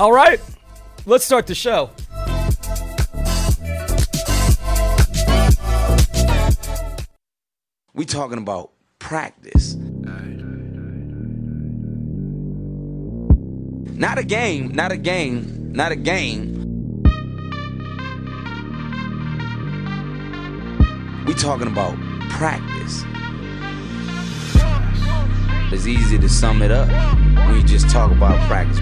All right, let's start the show. We talking about practice. Not a game, not a game, not a game. We talking about practice. It's easy to sum it up when you just talk about practice.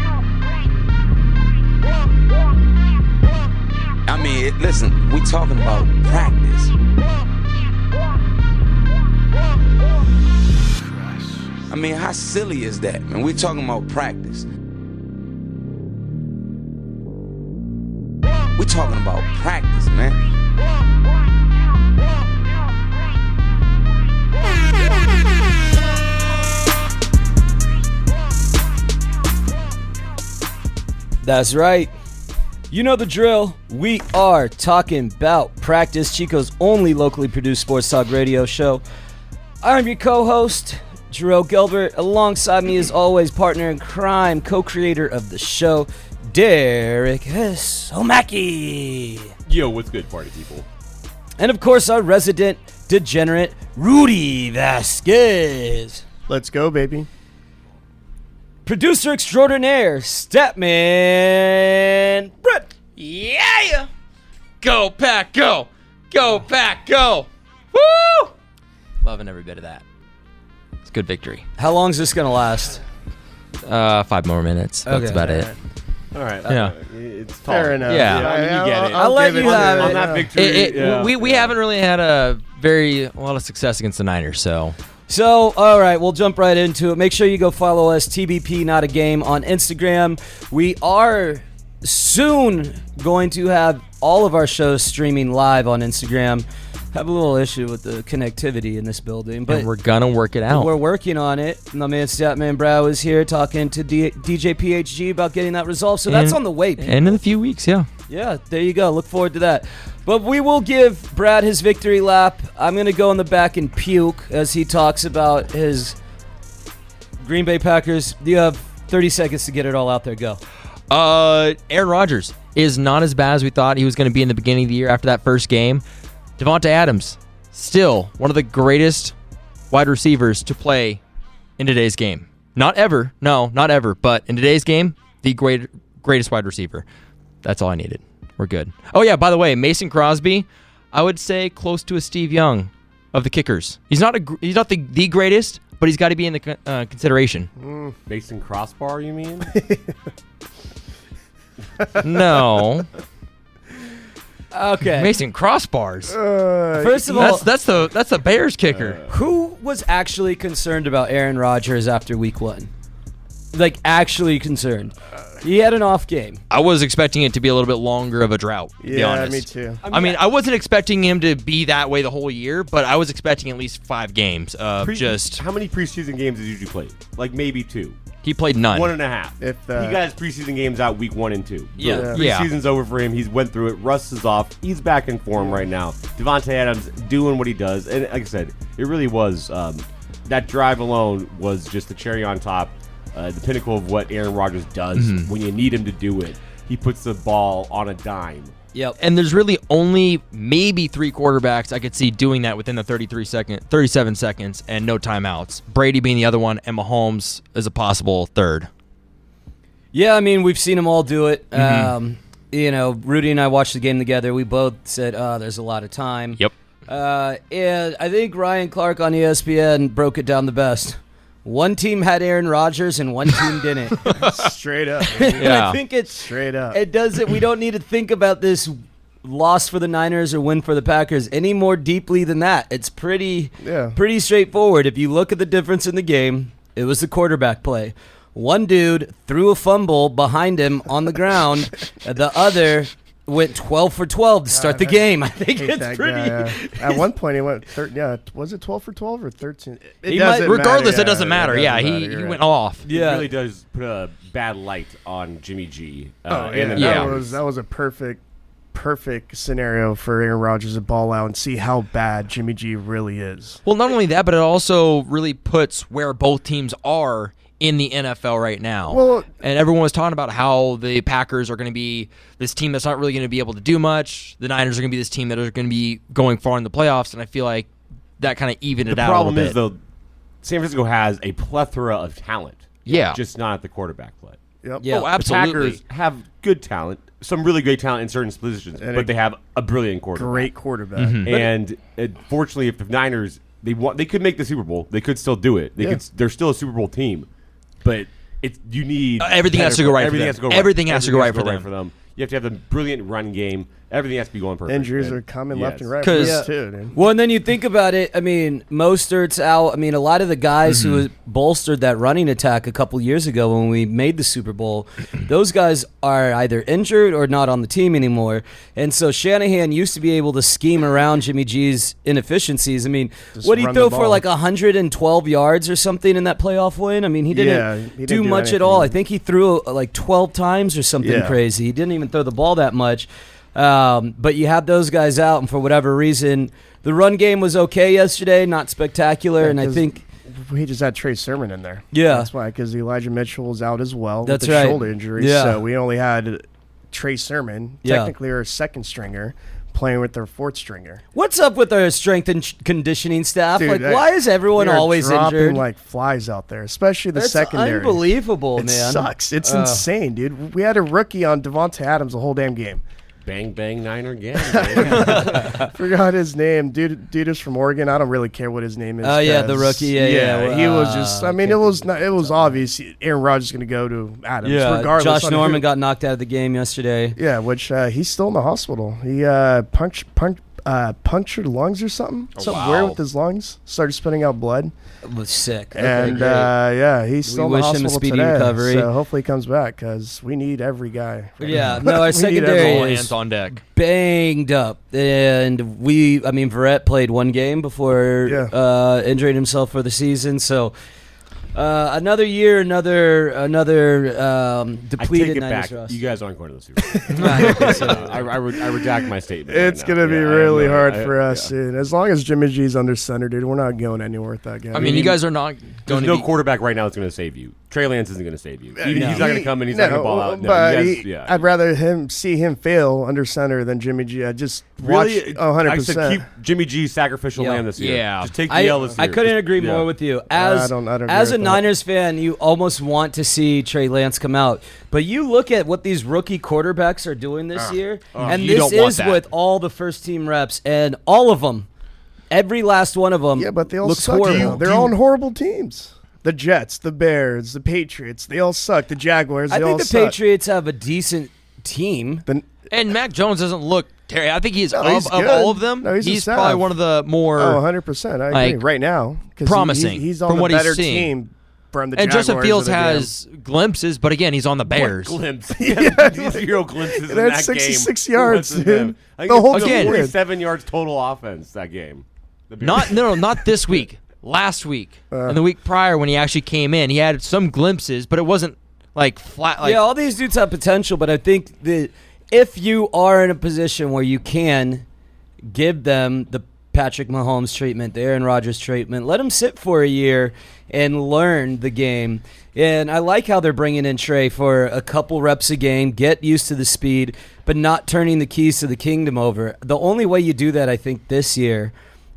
I mean, it, listen, we talking about practice. I mean, how silly is that, man? We're talking about practice. We're talking about practice, man. That's right. You know the drill. We are talking about practice, Chico's only locally produced sports talk radio show. I'm your co host, Jarrell Gilbert. Alongside me, as always, partner in crime, co creator of the show, Derek Somaki. Yo, what's good, party people? And of course, our resident degenerate, Rudy Vasquez. Let's go, baby. Producer extraordinaire, Stepman Brett. Yeah! Go pack, go! Go Oh. pack, go! Woo! Loving every bit of that. It's a good victory. How long is this going to last? Uh, five more minutes. That's Okay. about it. All right. Yeah. It's Fair enough. Yeah. I mean, you get it. I'll let you have it. On that Yeah. victory. It- it- yeah. We, we haven't really had a very a lot of success against the Niners, so So, all right, we'll jump right into it. Make sure you go follow us, TBP Not a Game, on Instagram. We are soon going to have all of our shows streaming live on Instagram. Have a little issue with the connectivity in this building, but and we're gonna work it out. we're working on it. My man Statman Brow is here talking to D- DJ PHG about getting that resolved. So that's And- on the way. people. And in a few weeks, yeah. Yeah, there you go. Look forward to that. But we will give Brad his victory lap. I'm going to go in the back and puke as he talks about his Green Bay Packers. You have 30 seconds to get it all out there. Go. Uh, Aaron Rodgers is not as bad as we thought he was going to be in the beginning of the year after that first game. Devonta Adams, still one of the greatest wide receivers to play in today's game. Not ever, no, not ever, but in today's game, the great, greatest wide receiver. That's all I needed. We're good. Oh, yeah, by the way, Mason Crosby, I would say close to a Steve Young of the kickers. He's not a gr- he's not the, the greatest, but he's got to be in the con- uh, consideration. Mason Crossbar, you mean? No, Okay. Mason Crossbars. First of all, That's that's the that's the Bears kicker. who was actually concerned about Aaron Rodgers after week one? Like, actually concerned. He had an off game. I was expecting it to be a little bit longer of a drought. To be Yeah, honest. me too. I mean, I wasn't expecting him to be that way the whole year, but I was expecting at least five games of Pre- just How many preseason games did you play? Like maybe two. he played none. One and a half. If that. He got his preseason games out week one and two. Yeah. Boom. Yeah. Preseason's over for him. He's went through it. Russ is off. He's back in form right now. Devontae Adams doing what he does. And like I said, it really was um, that drive alone was just the cherry on top, uh, the pinnacle of what Aaron Rodgers does Mm-hmm. when you need him to do it. He puts the ball on a dime. Yep. and there's really only maybe three quarterbacks I could see doing that within the 33 second, 37 seconds, and no timeouts. Brady being the other one, and Mahomes is a possible third. Yeah, I mean, we've seen them all do it. Um, you know, Rudy and I watched the game together. We both said, uh, there's a lot of time. Uh, and I think Ryan Clark on E ESPN broke it down the best. One team had Aaron Rodgers and one team didn't. straight up. baby. I think it's straight up. it doesn't. We don't need to think about this loss for the Niners or win for the Packers any more deeply than that. It's pretty Yeah. pretty straightforward. If you look at the difference in the game, it was the quarterback play. One dude threw a fumble behind him on the ground. the other went 12 for 12 to start the game. I think Hate it's that pretty guy, yeah. At one point, he went. Thir- yeah, was it twelve for twelve or thirteen? It He doesn't might- matter, Regardless, yeah, it doesn't matter. doesn't yeah, matter, he, you're he right. went off. Yeah. It really does put a bad light on Jimmy G. Uh, Oh, and yeah, the that Yeah. Niners. was that was a perfect, perfect scenario for Aaron Rodgers to ball out and see how bad Jimmy G really is. Well, not only that, but it also really puts where both teams are in the NFL right now. Well- and everyone was talking about how the Packers are going to be this team that's not really going to be able to do much. The Niners are going to be this team that are going to be going far in the playoffs, and I feel like that kind of evened The it out. a problem little is bit. though, San Francisco has a plethora of talent. Yeah. just not at the quarterback play. Yep. Yeah. oh, The absolutely. Packers have good talent, some really great talent in certain positions, And a but they have a brilliant quarterback. Great quarterback. Mm-hmm. And it, fortunately, if the Niners they want, they could make the Super Bowl. They could still do it. They Yeah. could. s- They're still a Super Bowl team, but it's you need Uh, everything has to go right for Everything them. has to go right. Everything has to go right for them. You have to have the brilliant run game. Everything has to be going perfect. Injuries And- are coming left yes. and right. for 'Cause- us, too, dude. Well, and then you think about it. I mean, Mostert's out. I mean, a lot of the guys who Mm-hmm. bolstered that running attack a couple years ago when we made the Super Bowl, those guys are either injured or not on the team anymore. And so Shanahan used to be able to scheme around Jimmy G's inefficiencies. I mean, Just what did he run the throw for ball. like 112 yards or something in that playoff win? I mean, he didn't, Yeah, he didn't do, do much at all. I anything. think he threw uh, like 12 times or something Yeah. crazy crazy. He didn't even throw the ball that much. Um, but you have those guys out, and for whatever reason, the run game was okay yesterday, not spectacular. and I 'cause think we just had Trey Sermon in there. Yeah. that's why because Elijah Mitchell was out as well. That's with the right. Shoulder injury. Yeah. So we only had Trey Sermon, Yeah. technically our second stringer, playing with their fourth stringer. what's up with our strength and sh- conditioning staff? Dude, like, that- why is everyone we are always dropping injured? like flies out there, especially the That's secondary. unbelievable, It man. sucks. It's Uh, insane, dude. We had a rookie on Devonte Adams the whole damn game. Bang bang Niner gang. Forgot his name. Dude, dude is from Oregon. I don't really care what his name is. Oh, yeah, the 'cause- rookie. Yeah, yeah. he was Uh, just. I mean, it was not, it was obvious. Aaron Rodgers is going to go to Adams. Yeah, regardless. Josh on who- Norman got knocked out of the game yesterday. Yeah, which uh, he's still in the hospital. He uh, punch, punch, uh, punctured lungs or something. something wow. weird with his lungs. Started spitting out blood. It was sick. and uh, yeah, he's still in the wish him a hospital speedy today. recovery. So hopefully he comes back because we need every guy. right yeah, now. no, our We need secondary All everyone. is hands on deck. banged up, and we. I mean, Verrett played one game before Yeah. uh, injuring himself for the season. So uh, another year, another another um, I take depleted it Niners back. roster. You guys aren't going to the Super Bowl. Uh, I, I, re- I redact my statement. It's right now. gonna be Yeah, I really know. hard I- for us, yeah. dude. As long as Jimmy G's under center, dude, we're not going anywhere with that guy. I mean, you guys are not There's going no to be quarterback right now that's going to save you. Trey Lance isn't going to save you. He- He's not going to come and he's not Uh, going No, to ball out. No, but you guys- he- yeah. I'd rather him see him fail under center than Jimmy G. I just Really, watch 100. I said percent keep Jimmy G's sacrificial Yeah. lamb this year. Yeah. just take the I, L this I year. couldn't Just- agree yeah. more with you. As I don't- I don't as a agree with that. Niners fan, you almost want to see Trey Lance come out. But you look at what these rookie quarterbacks are doing Ah. this year, and You this don't want is that. with all the first team reps and all of them, every last one of them. Yeah, but they all looks suck. horrible. now. They're all on horrible teams. The Jets, the Bears, the Patriots, they all suck. The Jaguars, they I all think the suck. Patriots have a decent team. The- And Mac Jones doesn't look Terry. I think he's, of, he's of good. all of them. No, he's a probably staff. one of the more. oh, 100 percent. I agree. Like, right now, 'cause he- promising he's, he's on from the what he's better seeing. team from the and Jaguars Justin or Fields the damn- has glimpses, but again, he's on the Bears. Glimpse. He had zero glimpses in They had that 66 game. yards, Less than them. dude. I The think whole it's game. 47 yards total offense that game. The Bears. Not no, no, not this week. Last week Uh. and the week prior when he actually came in, he had some glimpses, but it wasn't like flat. Like yeah, all these dudes have potential, but I think that if you are in a position where you can give them the Patrick Mahomes treatment, the Aaron Rodgers treatment, let them sit for a year and learn the game. And I like how they're bringing in Trey for a couple reps a game, get used to the speed, but not turning the keys to the kingdom over. The only way you do that, I think, this year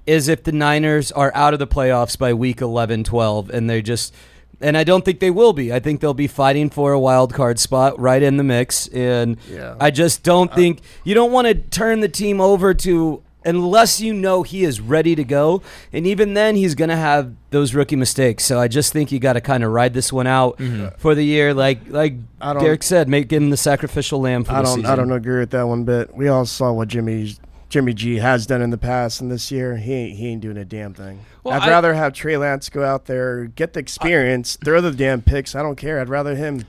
is if the Niners are out of the playoffs by week 11, 12, and they just and I don't think they will be. I think they'll be fighting for a wild card spot right in the mix. And Yeah. Uh, I just don't think you don't want to turn the team over to unless you know he is ready to go. And even then, he's going to have those rookie mistakes. So I just think you got to kind of ride this one out for the year, like like Mm-hmm. I don't- Derek said, make him the sacrificial lamb for I the don't. season. I don't agree with that one bit. We all saw what Jimmy Jimmy G has done in the past, and this year he ain't, he ain't doing a damn thing. Well, I'd I- rather have Trey Lance go out there, get the experience, throw the damn picks. I don't care. I'd rather him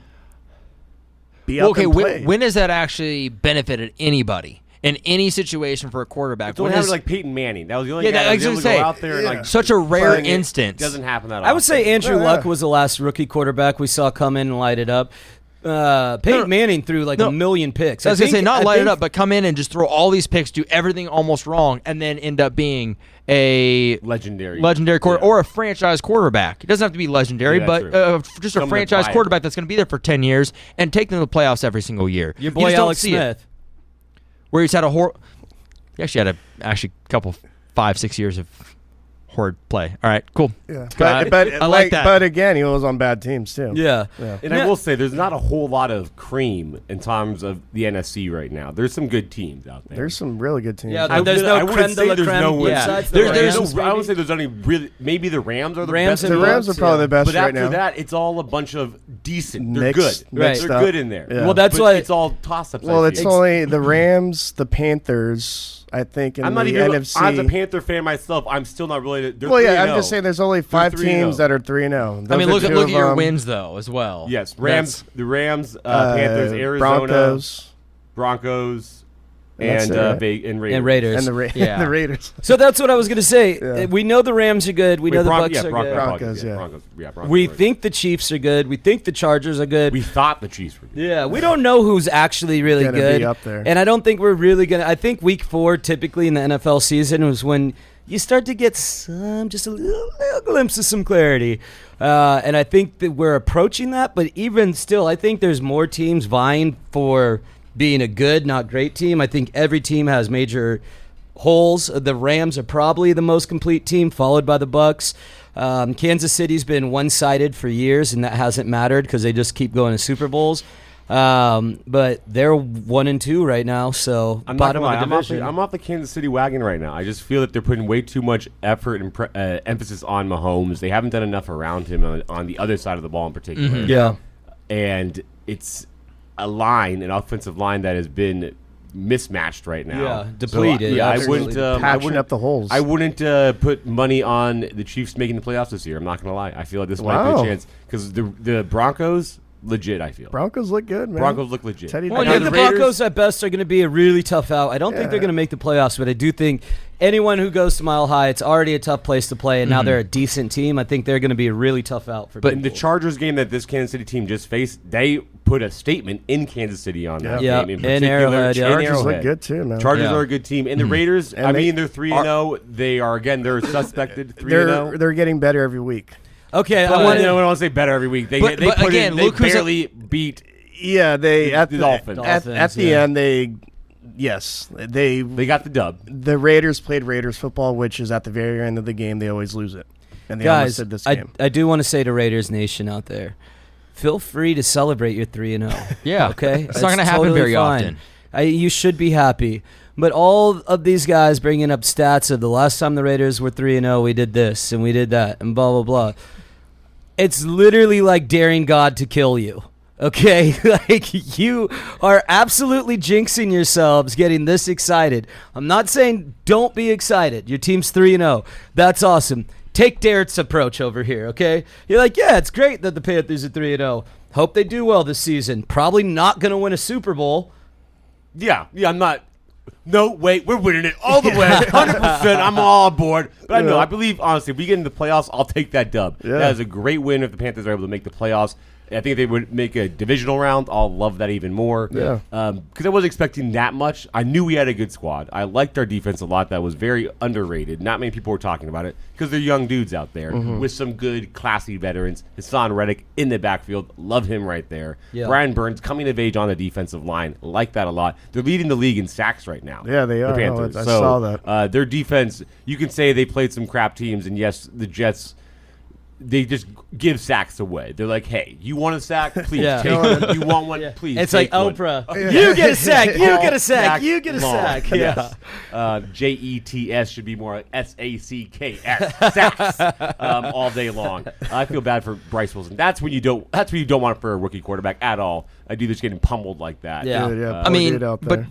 be out okay, and play. when, when has that actually benefited anybody in any situation for a quarterback? It's only When happened is- to, like Peyton Manning. That was the only Yeah, guy that- I that was was able to gonna go say, out there and like such a rare bang it. instance. Doesn't happen that often. I would say Andrew Yeah, Luck yeah. was the last rookie quarterback we saw come in and light it up. Uh, Peyton No, no. Manning threw like No. a million picks. I was gonna think- say not I light it think- up, but come in and just throw all these picks, do everything almost wrong, and then end up being a Legendary. legendary quarter Yeah. or a franchise quarterback. It doesn't have to be legendary, Yeah, but true. uh, f- just a Someone to franchise buy it. quarterback that's going to be there for ten years and take them to the playoffs every single year. Your You boy just don't Alex see it. Smith. where he's had a hor. He actually had a actually couple five six years of horrid play. All right, cool. Yeah. God. But, but I like that. But again, he was on bad teams too. Yeah. And I will say, there's not a whole lot of cream in terms of the NFC right now. There's some good teams out there. There's some really good teams. Yeah, I There's would- no I wouldn't creme de say la there's creme no one. besides the There- there's There's Rams, no, I would maybe? say there's only really maybe the Rams are the Rams best. and the Rams are Bucks, probably yeah. the best but right after now. that, it's all a bunch of decent. Mixed- They're good. mixed They're up. good in there. Yeah. Well, that's but why- it's all toss ups. well, it's only the Rams, the Panthers. I think in I'm the not even. NFC. I'm a Panther fan myself. I'm still not really. they're oh. well, yeah, 3 I'm just saying there's only five 3 and teams oh. that are oh. three and zero. I mean, look at look at your wins though as well. um, Yes, Rams. That's- The Rams, uh, Panthers, Arizona, Broncos, Broncos, that's and it, uh, right? Ba- and Raiders. and Raiders. and the, Ra- Yeah. the Raiders. so that's what I was gonna say. Yeah. Uh, We know the Rams are good. We Wait, know the Bron- Bucks yeah, are Bronco- good. Broncos, Broncos, yeah, yeah. Broncos, yeah, Broncos, We right. think the Chiefs are good. We think the Chargers are good. we thought the Chiefs were. Good. yeah, we don't know who's actually really Gonna be good. up there. And I don't think we're really gonna. I think week four, typically in the NFL season, is when you start to get some, just a little, little glimpse of some clarity. Uh, and I think that we're approaching that. But even still, I think there's more teams vying for being a good, not great team. I think every team has major holes. uh, The Rams are probably the most complete team, followed by the Bucks. Um, Kansas City's been one-sided for years, and that hasn't mattered because they just keep going to Super Bowls. Um, but they're one and two right now, so I'm not bottom gonna lie. of I'm the off, division. the, I'm off the Kansas City wagon right now. I just feel that they're putting way too much effort and pre- uh, emphasis on Mahomes. They haven't done enough around him on, on the other side of the ball in particular. Mm-hmm. yeah, and it's a line, an offensive line that has been mismatched right now. Yeah, So, depleted, yeah, I absolutely wouldn't. Um, I Patching wouldn't up the holes. I wouldn't uh, put money on the Chiefs making the playoffs this year. I'm not gonna lie. I feel like this might be Wow. a chance because the the Broncos legit. I feel Broncos look good, man. Broncos look legit. Teddy I I Well, know think yeah, the Raiders- Broncos at best are going to be a really tough out. I don't think they're Yeah. going to make the playoffs, but I do think anyone who goes to Mile High, it's already a tough place to play, and now they're a decent team. I think they're going to be a really tough out for. Mm-hmm. In people. the Chargers game that this Kansas City team just faced, they put a statement in Kansas City on that Yeah. game. In Yeah, in particular. Arrowhead, yeah. In Chargers Broncos Arrowhead. look good too, man. Chargers Yeah. Mm-hmm. are a good team, and the Raiders. I they mean, they're three and zero. They are again. They're suspected three and oh? they're zero. they're getting better every week. okay, I I want want to say better every week. They But- they but put again, in, they look who's at- barely beat. Yeah, they The- at the the, Dolphins. At, at the Dolphins, yeah. end they yes they They got the dub. the Raiders played Raiders football, which is at the very end of the game they always lose it, and they almost guys. did this I, game. I do want to say to Raiders Nation out there, feel free to celebrate your three and zero. Yeah. Okay. It's not gonna happen very often. I, you should be happy. But all of these guys bringing up stats of the last time the Raiders were 3 and 0, we did this and we did that and blah blah blah. It's literally like daring God to kill you. Okay? like you are absolutely jinxing yourselves getting this excited. I'm not saying don't be excited. Your team's 3 and 0. That's awesome. Take Derek's approach over here, okay? You're like, yeah, it's great that the Panthers are 3 and 0. Hope they do well this season. Probably not going to win a Super Bowl. Yeah, yeah. I'm not. No, wait, we're winning it all the way, hundred percent. I'm all aboard. But I know, I believe honestly, if we get in the playoffs, I'll take that dub. That is a great win if the Panthers are able to make the playoffs. I think if they would make a divisional round. I'll love that even more. Yeah. because I wasn't expecting that much. I knew we had a good squad. I liked our defense a lot. That was very underrated. Not many people were talking about it because they're young dudes out there with some good, classy veterans. Hassan Reddick in the backfield, love him right there. Yeah. Brian Burns coming of age on the defensive line, like that a lot. They're leading the league in sacks right now. Yeah, they the are. Oh, Panthers. I- I So, saw that. Uh, their defense, you can say they played some crap teams, and yes, the Jets. They just give sacks away. They're like, "Hey, you want a sack? Please Yeah. take one. You want one? Please." It's like take one." Oprah. You get a sack. You All get a sack. sack You get a long. sack. Yeah. Yes. Uh, J E T S should be more like S A C K S sacks um, all day long. I feel bad for Bryce Wilson. That's when you don't. That's when you don't want it for a rookie quarterback at all. A dude that's getting pummeled like that. Yeah. Dude, yeah, Uh, I poor mean, dude out but there.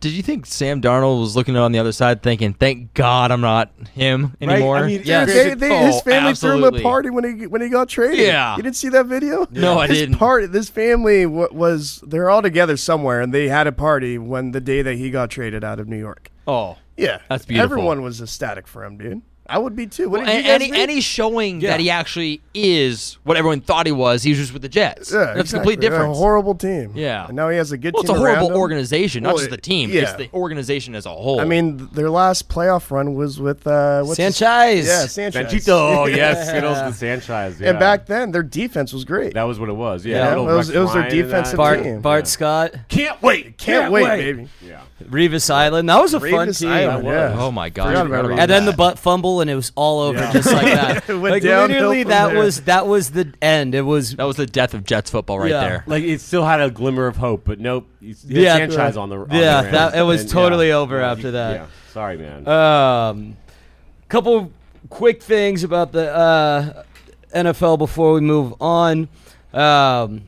did you think Sam Darnold was looking on the other side, thinking, "Thank God I'm not him Right? anymore"? I mean, Yes. They, they, Oh, his family threw him absolutely. a party when he when he got traded. Yeah. you didn't see that video? No, I his didn't. Party. This family wa- was they're all together somewhere, and they had a party when the day that he got traded out of New York. oh, Yeah, That's beautiful. Everyone was ecstatic for him, dude. I would be too. What Well, did you and, guys and, he, think? and he's showing Yeah. that he actually is what everyone thought he was. He was just with the Jets. Yeah, That's a exactly. complete They're difference. A horrible team. Yeah. And now he has a good well, it's team. a horrible around him. organization, not Well, just the it- team. It's yeah. the organization as a whole. I mean, th- their last playoff run was with uh, what's his- Sanchez. Yeah, Sanchez. Benchito, yes, Skittles and Sanchez. Yeah. And back then, their defense was great. that was what it was. Yeah, Yeah. little It was- Rex it was their Ryan and that. defensive Bart team. Bart Scott, Can't wait, Can't, wait, baby. Yeah, Revis Island. That was a fun Revis team. Island, yeah. oh my god! Forgot about And then the butt fumble, and it was all over Yeah. just like that. It went like downhill literally, from that there. was that was the end. It was that was the death of Jets football right Yeah. there. like it still had a glimmer of hope, but nope. You s- you Yeah, had Sanchez on the on yeah, the Rams, that- it was and, totally over after that. Yeah, sorry, man. Um, couple quick things about the uh, NFL before we move on. Um,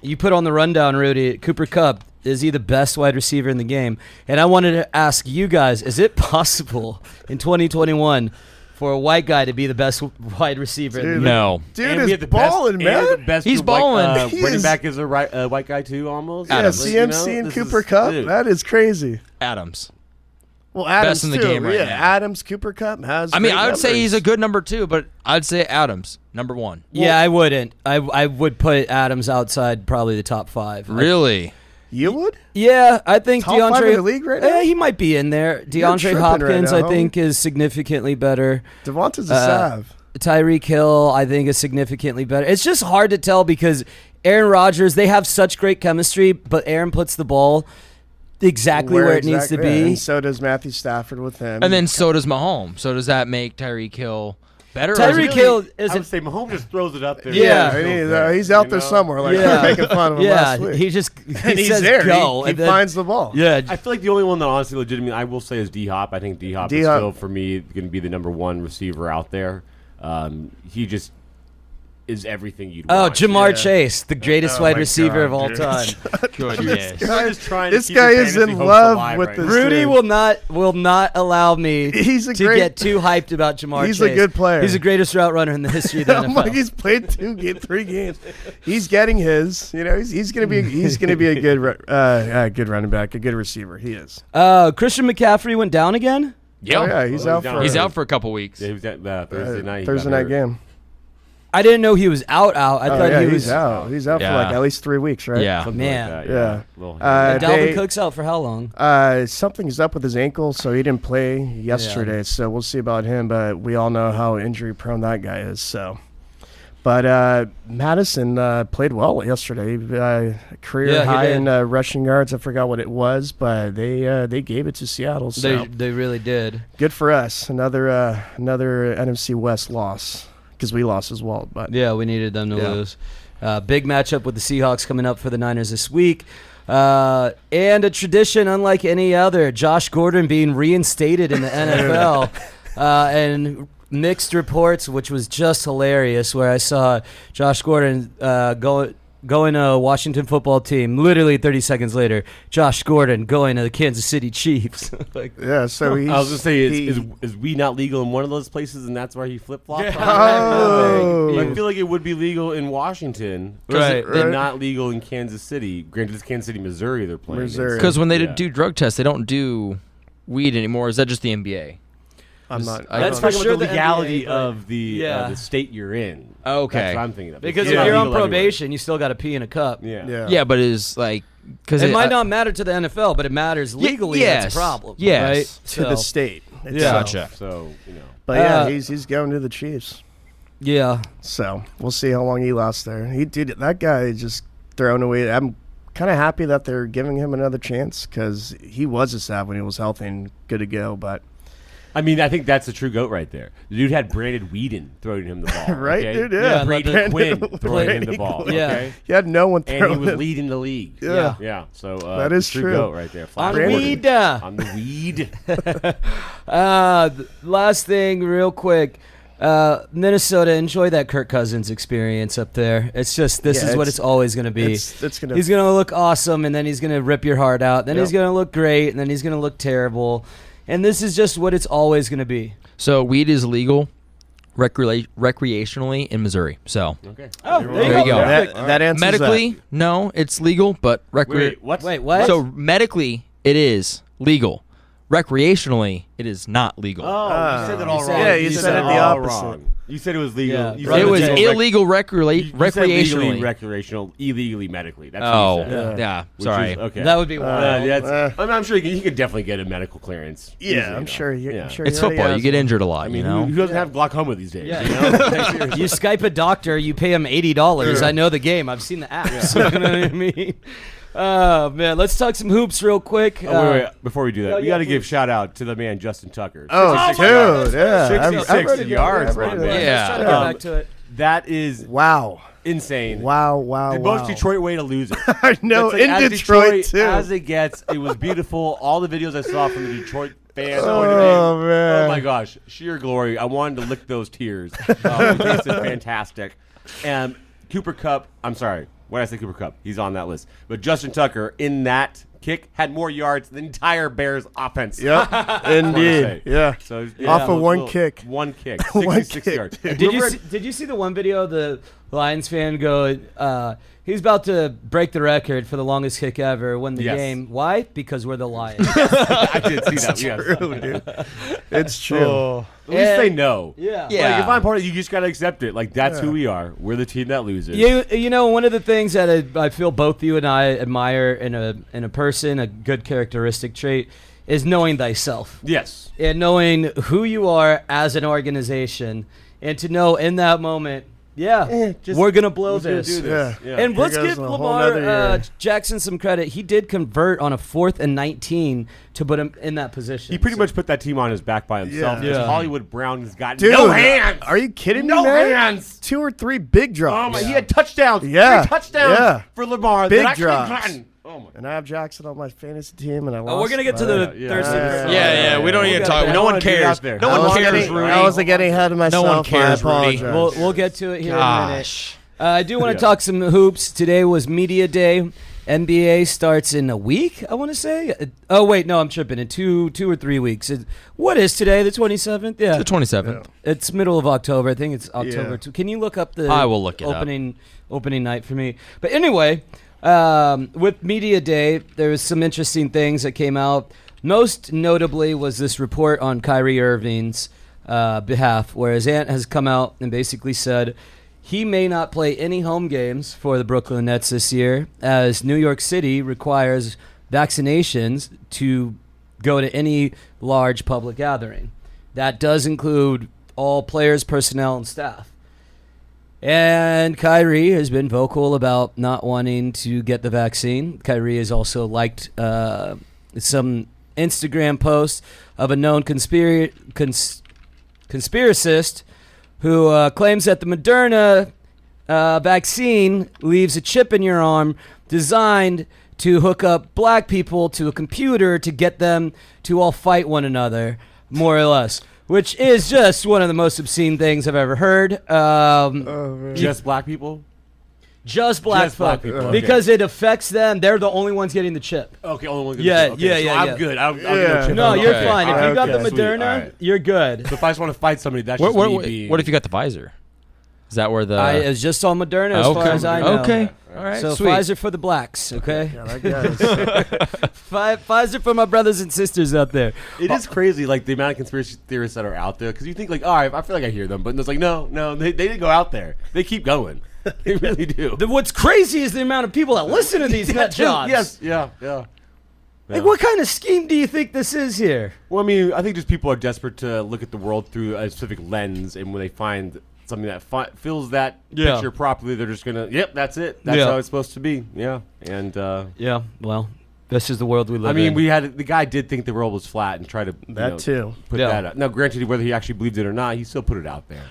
you put on the rundown, Rudy. Cooper Cup is he the best wide receiver in the game? And I wanted to ask you guys: Is it possible in 2021 for a white guy to be the best wide receiver? in the Dude, game? No, Dude And we is had the best- balling, and man. The best He's white- balling. Uh, He running is- back is a right, uh, white guy too, almost. yeah, Adams. You know, CMC and this Cooper is- Cup. dude. That is crazy. Adams. Well, Adams in the too. game right yeah, now. Adams, Cooper Cup has. I mean, great I would say numbers. he's a good number two, but I'd say Adams number one. Yeah, I wouldn't. I I would put Adams outside probably the top five. I Really? You would? Yeah, I think Top DeAndre five in the league right now? Eh, he might be in there. DeAndre tripping right Hopkins, now, I homie. think, is significantly better. Devonta's a Uh, sav. Tyreek Hill, I think, is significantly better. It's just hard to tell because Aaron Rodgers, they have such great chemistry, but Aaron puts the ball exactly where, it needs to exactly- yeah, be. and so does Matthew Stafford with him. And then so does Mahomes. So does that make Tyreek Hill better? or is Tyreek it- Hill I would isn't. say Mahomes just throws it up there. Yeah. I He mean, feels uh, that, he's out you there know? somewhere. Like Yeah. we're making fun of him Yeah, last week. he just he and he's says there. He- go. he and then- finds the ball. yeah, I feel like the only one that honestly legitimate I will say is D Hop. I think D Hop is D-Hop. still for me going to be the number one receiver out there. Um, he just is everything you'd Oh, want. Jamar Chase, the greatest Oh wide my receiver God, of all dude. time. Good, yes. I'm just trying to This keep your guy is fantasy in hopes love alive with right this now. Rudy dude. will not will not allow me He's a to great- get too hyped about Jamar. He's a Chase. good player. He's the greatest route runner in the history of the I'm NFL. like he's played two, get three games. He's getting his. You know, he's, he's gonna be he's gonna be a good ru- uh, uh, good running back, a good receiver. He is. Uh, Christian McCaffrey went down again. Yeah. Oh, yeah, he's Well, out he's for He's out for a couple weeks. Yeah, he was at uh, uh, Thursday night. he Thursday got night hurt. game. I didn't know he was out. Out. I Oh, thought yeah, he was. Oh, he's out. He's out for Yeah. like at least three weeks, right? Yeah. Something like Man. that, Yeah. Well, Uh, And Dalvin they- Cook's out for how long? Uh, something's up with his ankle, so he didn't play yesterday. So we'll see about him. But we all know how injury prone that guy is. So, but uh, Madison uh, played well yesterday. Uh, career Yeah, he high did. in uh, rushing yards. I forgot what it was, but they uh, they gave it to Seattle. So They they really did. good for us. Another uh, another NFC West loss because we lost as well. But Yeah, we needed them to Yeah. lose. Uh, big matchup with the Seahawks coming up for the Niners this week. Uh, and a tradition unlike any other Josh Gordon being reinstated in the NFL. Uh, and mixed reports, which was just hilarious, where I saw Josh Gordon uh, go. Going to Washington football team. Literally 30 seconds later, Josh Gordon going to the Kansas City Chiefs. like, yeah, so he's, I was gonna say, he- is, is, is we not legal in one of those places, and that's why he flip flopped? Oh. I feel like it would be legal in Washington, Right. right? Right. But not legal in Kansas City. Granted, it's Kansas City, Missouri. They're playing in. Missouri. Because when they Yeah. do drug tests, they don't do weed anymore. Is that just the NBA? I'm not. I- I That's don't I'm for talking sure about the the legality NBA, but- of the Yeah. uh, the state you're in. Okay. that's what I'm thinking of. because It's if not you're on legal everywhere. probation, you still got to pee in a cup. Yeah. Yeah. Yeah, but it's like uh, because It might not matter to the NFL, but it matters Ye- legally. yes. That's a problem. Yes. Right? to the state. Yeah. itself. Gotcha. So you know, But yeah, Uh, he's he's going to the Chiefs. Yeah. So we'll see how long he lasts there. He did that guy is just thrown away. I'm kind of happy that they're giving him another chance because he was a sav when he was healthy and good to go. But I mean, I think that's a true goat right there. The dude had Brandon Whedon throwing him the ball, right, okay? dude, Yeah, yeah, like Brandon Brandon- Quinn throwing him Brandon the ball, Quinn. Yeah. okay? he had no one and he throwing. was him. leading the league. Yeah. Yeah. yeah. So uh, That is the true, true. goat right there. On Flash Gordon. weed. Uh, on the weed. uh, th- last thing, real quick. Uh, Minnesota, enjoy that Kirk Cousins experience up there. It's just, this Yeah, is what it's- it's always going to be. it's- it's gonna- he's going to look awesome, and then he's going to rip your heart out. Then he's Yep. going to look great, and then he's going to look terrible. And this is just what it's always going to be. So weed is legal recre- recreationally in Missouri. So okay. Oh, you there There you go. go. that, that answers that. medically, no, it's legal, but Wait, recre- wait, what's Wait, what? So medically, it is legal. recreationally, it is not legal. Oh, Uh, you said that all you wrong. said- yeah, you said it the all opposite. wrong. You said it was legal. Yeah, you right. said it was was rec- illegal recreationally. you- you said legally recreationally. recreational, illegally medically. That's oh, what you said. yeah. Which sorry. is- okay. That would be Uh, wild. yeah, it's- Uh. I mean, I'm sure he could, he could definitely get a medical clearance. Yeah, easily I'm enough. sure you- I'm sure It's He already football. has You get one. injured a lot. I mean, you know. who, who doesn't have glaucoma these days? Yeah. You know? You Skype a doctor, you pay him eighty dollars. I know the game. I've seen the app. So you know what I mean? Oh man, let's talk some hoops real quick. Uh, Oh, wait, wait, before we do that, no, we yeah, got to please. give shout out to the man Justin Tucker. Oh, dude, yeah. I've- I've 66 already done- yards, I've already my done- man. yeah. Yeah. Just trying to get Um, back to it. That is Wow. insane. Wow, wow, The wow. most Detroit way to lose it. I know, That's like, Oh, in as Detroit, too. As it gets, it was beautiful. All the videos I saw from the Detroit fans. Oh, point of view. man. Oh my gosh, sheer glory! I wanted to lick those tears. Um, it tasted fantastic. Um, Cooper Cup. I'm sorry. When I say Cooper Cup, he's on that list. But Justin Tucker in that kick had more yards than the entire Bears offense. Yep, Wanna say. indeed. Yeah. So Off of little- one little- kick. One kick. One 66 kick, yards. dude. Did you Remember- see, did you see the one video of the Lions fan go? Uh, he's about to break the record for the longest kick ever. Win the Yes. game. Why? Because we're the Lions. I did see that. Yes. True, dude. It's true. At least And- they know. yeah. Yeah. Like, if I'm part of it, you just gotta accept it. Like that's who we are. We're the team that loses. You you know one of the things that I, I feel both you and I admire in a in a person a good characteristic trait is knowing thyself Yes. and knowing who you are as an organization and to know in that moment yeah just- we're gonna blow we're gonna this. do this. Yeah. Yeah. And Here let's goes give a whole Lamar nother uh, year. Jackson some credit. He did convert on a fourth and 19 to put him in that position. He pretty much put that team on his back by himself. Yeah. because Yeah. Hollywood Brown has got Dude, no hands. Are you kidding me, No man? hands. Two or three big Oh drops. my! He had touchdowns. Yeah. Three touchdowns Yeah. for Lamar. Big that I couldn't drops. gotten. Oh my! And I have Jackson on my fantasy team, and I lost. Oh, we're gonna get to by- the Yeah, Thursday. yeah. Yeah, Thursday. yeah, yeah, we don't We'll even get talk- there. no one wanna do that cares. there. No I one was cares, getting, Rudy. I wasn't getting ahead of myself. one cares, I Rudy. apologize. We'll, we'll get to it here in a minute. Gosh. Uh, I do want to Yeah. talk some hoops. Today was media day. NBA starts in a week. I want to say. Uh, Oh wait, no, I'm tripping. In two, two or three weeks. It, what is today? The 27th. Yeah, The 27th. it's middle of October. I think it's October. Yeah. Two. Can you look up the? I will look it up. opening opening night for me. But anyway, um, with media day, there was some interesting things that came out. Most notably was this report on Kyrie Irving's uh, behalf, where his aunt has come out and basically said he may not play any home games for the Brooklyn Nets this year, as New York City requires vaccinations to go to any large public gathering. That does include all players, personnel, and staff. And Kyrie has been vocal about not wanting to get the vaccine. Kyrie has also liked uh, some Instagram posts of a known conspira- cons- conspiracist who uh, claims that the Moderna uh, vaccine leaves a chip in your arm designed to hook up black people to a computer to get them to all fight one another, more or less. Which is just one of the most obscene things I've ever heard. Um, Just black people. just black Just black folk, people, okay. because it affects them. They're the only ones getting the chip. Okay, only one. Yeah, okay, yeah, so yeah, I'm yeah. good. I'm, I'm Yeah. chip No, on it. you're Okay. fine. If you got Okay. the Sweet, Moderna, all right. Uh, you're good. So if I just want to fight somebody, that's What, just what, me what, being- if you got the visor? Is that where the? I it's just on Moderna as okay. far as I know. Okay. All right. So Sweet. Pfizer for the blacks, okay? Yeah, that guy Fi- Pfizer for my brothers and sisters out there. It is crazy, like the amount of conspiracy theorists that are out there. Because you think, like, all right, I feel like I hear them, but it's like, no, no, they, they didn't go out there. They keep going. They really do. The- what's crazy is the amount of people that listen to these nut jobs. Yes, yeah, yeah. Like, what kind of scheme do you think this is here? Well, I mean, I think just people are desperate to look at the world through a specific lens, and when they find something that fi- fills that Yeah. picture properly, they're just gonna, yep, that's it. That's Yeah. how it's supposed to be. Yeah, and uh, Yeah, well, this is the world we live I in. mean, we had the guy did think the world was flat and tried to you That know, too. put Yeah. that out. Now, granted, whether he actually believed it or not, he still put it out there.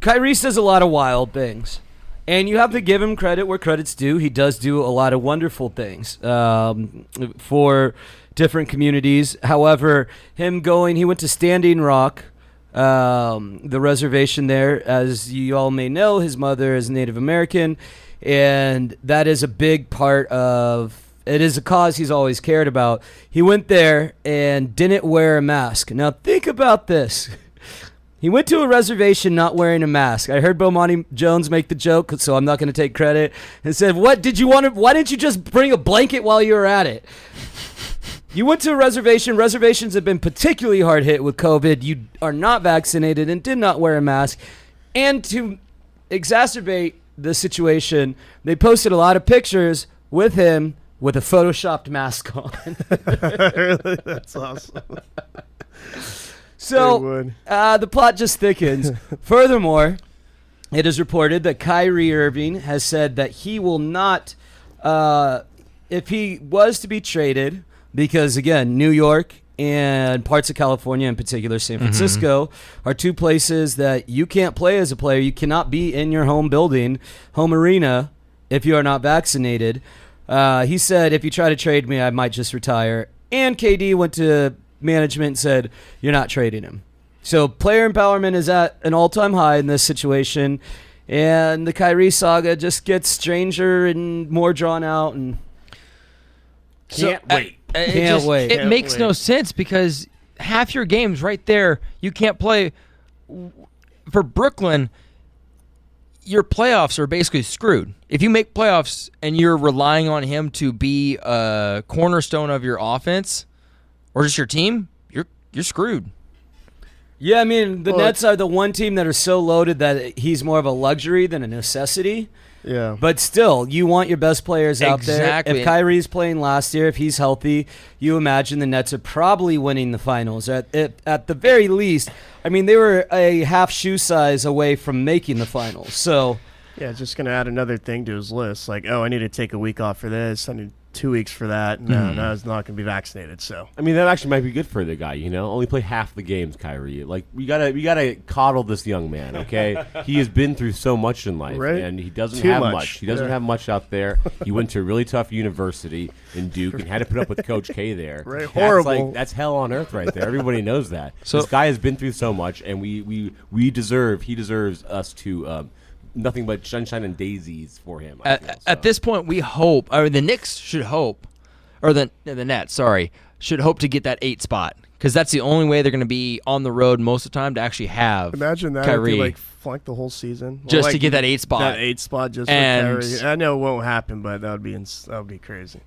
Kyrie says a lot of wild things, and you have to give him credit where credit's due. He does do a lot of wonderful things um, for different communities. However, him going, he went to Standing Rock, um, the reservation there. As you all may know, his mother is Native American, and that is a big part of it is a cause he's always cared about. He went there and didn't wear a mask. Now think about this. He went to a reservation not wearing a mask. I heard Bomani Jones make the joke, so I'm not going to take credit. And said, "What did you want to? Why didn't you just bring a blanket while you were at it? You went to a reservation. Reservations have been particularly hard hit with COVID. You are not vaccinated and did not wear a mask. And to exacerbate the situation, they posted a lot of pictures with him with a photoshopped mask on. That's awesome. They So would. uh, the plot just thickens. Furthermore, it is reported that Kyrie Irving has said that he will not, uh, if he was to be traded, because again, New York and parts of California, in particular San Francisco, are two places that you can't play as a player. You cannot be in your home building, home arena, if you are not vaccinated. Uh, he said, if you try to trade me, I might just retire. And KD went to management and said, you're not trading him. So player empowerment is at an all-time high in this situation, and the Kyrie saga just gets stranger and more drawn out. And Can't uh, wait. It Can't wait. It Can't makes no wait. sense because half your games right there you can't play. For Brooklyn, your playoffs are basically screwed. If you make playoffs and you're relying on him to be a cornerstone of your offense or just your team, you're you're screwed. yeah, I mean the Well, Nets are the one team that are so loaded that he's more of a luxury than a necessity. Yeah. But still, you want your best players out there. Exactly. If Kyrie's playing last year, if he's healthy, you imagine the Nets are probably winning the finals. At, at, at the very least, I mean, they were a half shoe size away from making the finals. So, yeah, just gonna add another thing to his list. Like, oh, I need to take a week off for this. I need two weeks for that. No, no, it's not gonna be vaccinated. So I mean, that actually might be good for the guy. You know, only play half the games, Kyrie. Like we gotta, we gotta coddle this young man. Okay, he has been through so much in life, Right. and he doesn't Too have much. much. He doesn't Yeah. have much out there. He went to a really tough university in Duke and had to put up with Coach K there. Right, That's horrible. like- that's hell on earth, right there. Everybody knows that. So- this guy has been through so much, and we, we, we deserve. He deserves us to. Um, Nothing but sunshine and daisies for him. I at, feel, so. at this point, we hope, or the Knicks should hope, or the the Nets, sorry, should hope to get that eight spot because that's the only way they're going to be on the road most of the time to actually have. imagine that Kyrie. if you like flunked the whole season Well, Just to like, get that eight spot. That eight spot just And- for Kyrie. I know it won't happen, but that would be ins- that would be crazy.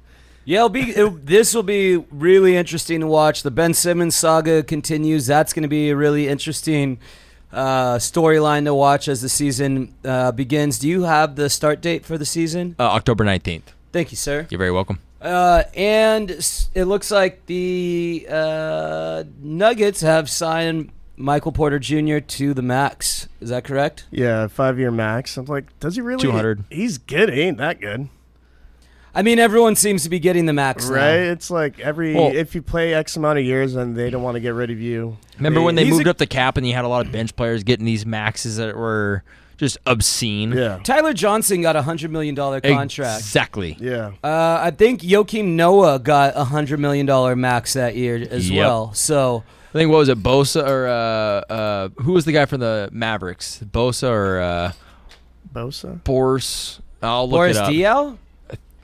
Yeah, it'll be, it, this will be really interesting to watch. The Ben Simmons saga continues. That's going to be a really interesting uh, storyline to watch as the season uh, begins. Do you have the start date for the season? uh, October nineteenth. Thank you, sir. You're very welcome. Uh, and s- it looks like the uh, Nuggets have signed Michael Porter Jr. to the max. Is that correct? Yeah, five year max. I'm like, does he really? 200. He's good. He ain't that good, I mean, everyone seems to be getting the max now. right? It's like every Well- if you play X amount of years and they don't want to get rid of you. Remember when they He's moved a- up the cap and you had a lot of bench players getting these maxes that were just obscene. Yeah, Tyler Johnson got a $100 million contract. Exactly. yeah. Uh, I think Joachim Noah got a hundred million dollar max that year as Yep. well. So I think what was it, Bosa or uh, uh, who was the guy from the Mavericks? Bosa or uh, Bosa. Boris? I'll look Boris it up. Diaw,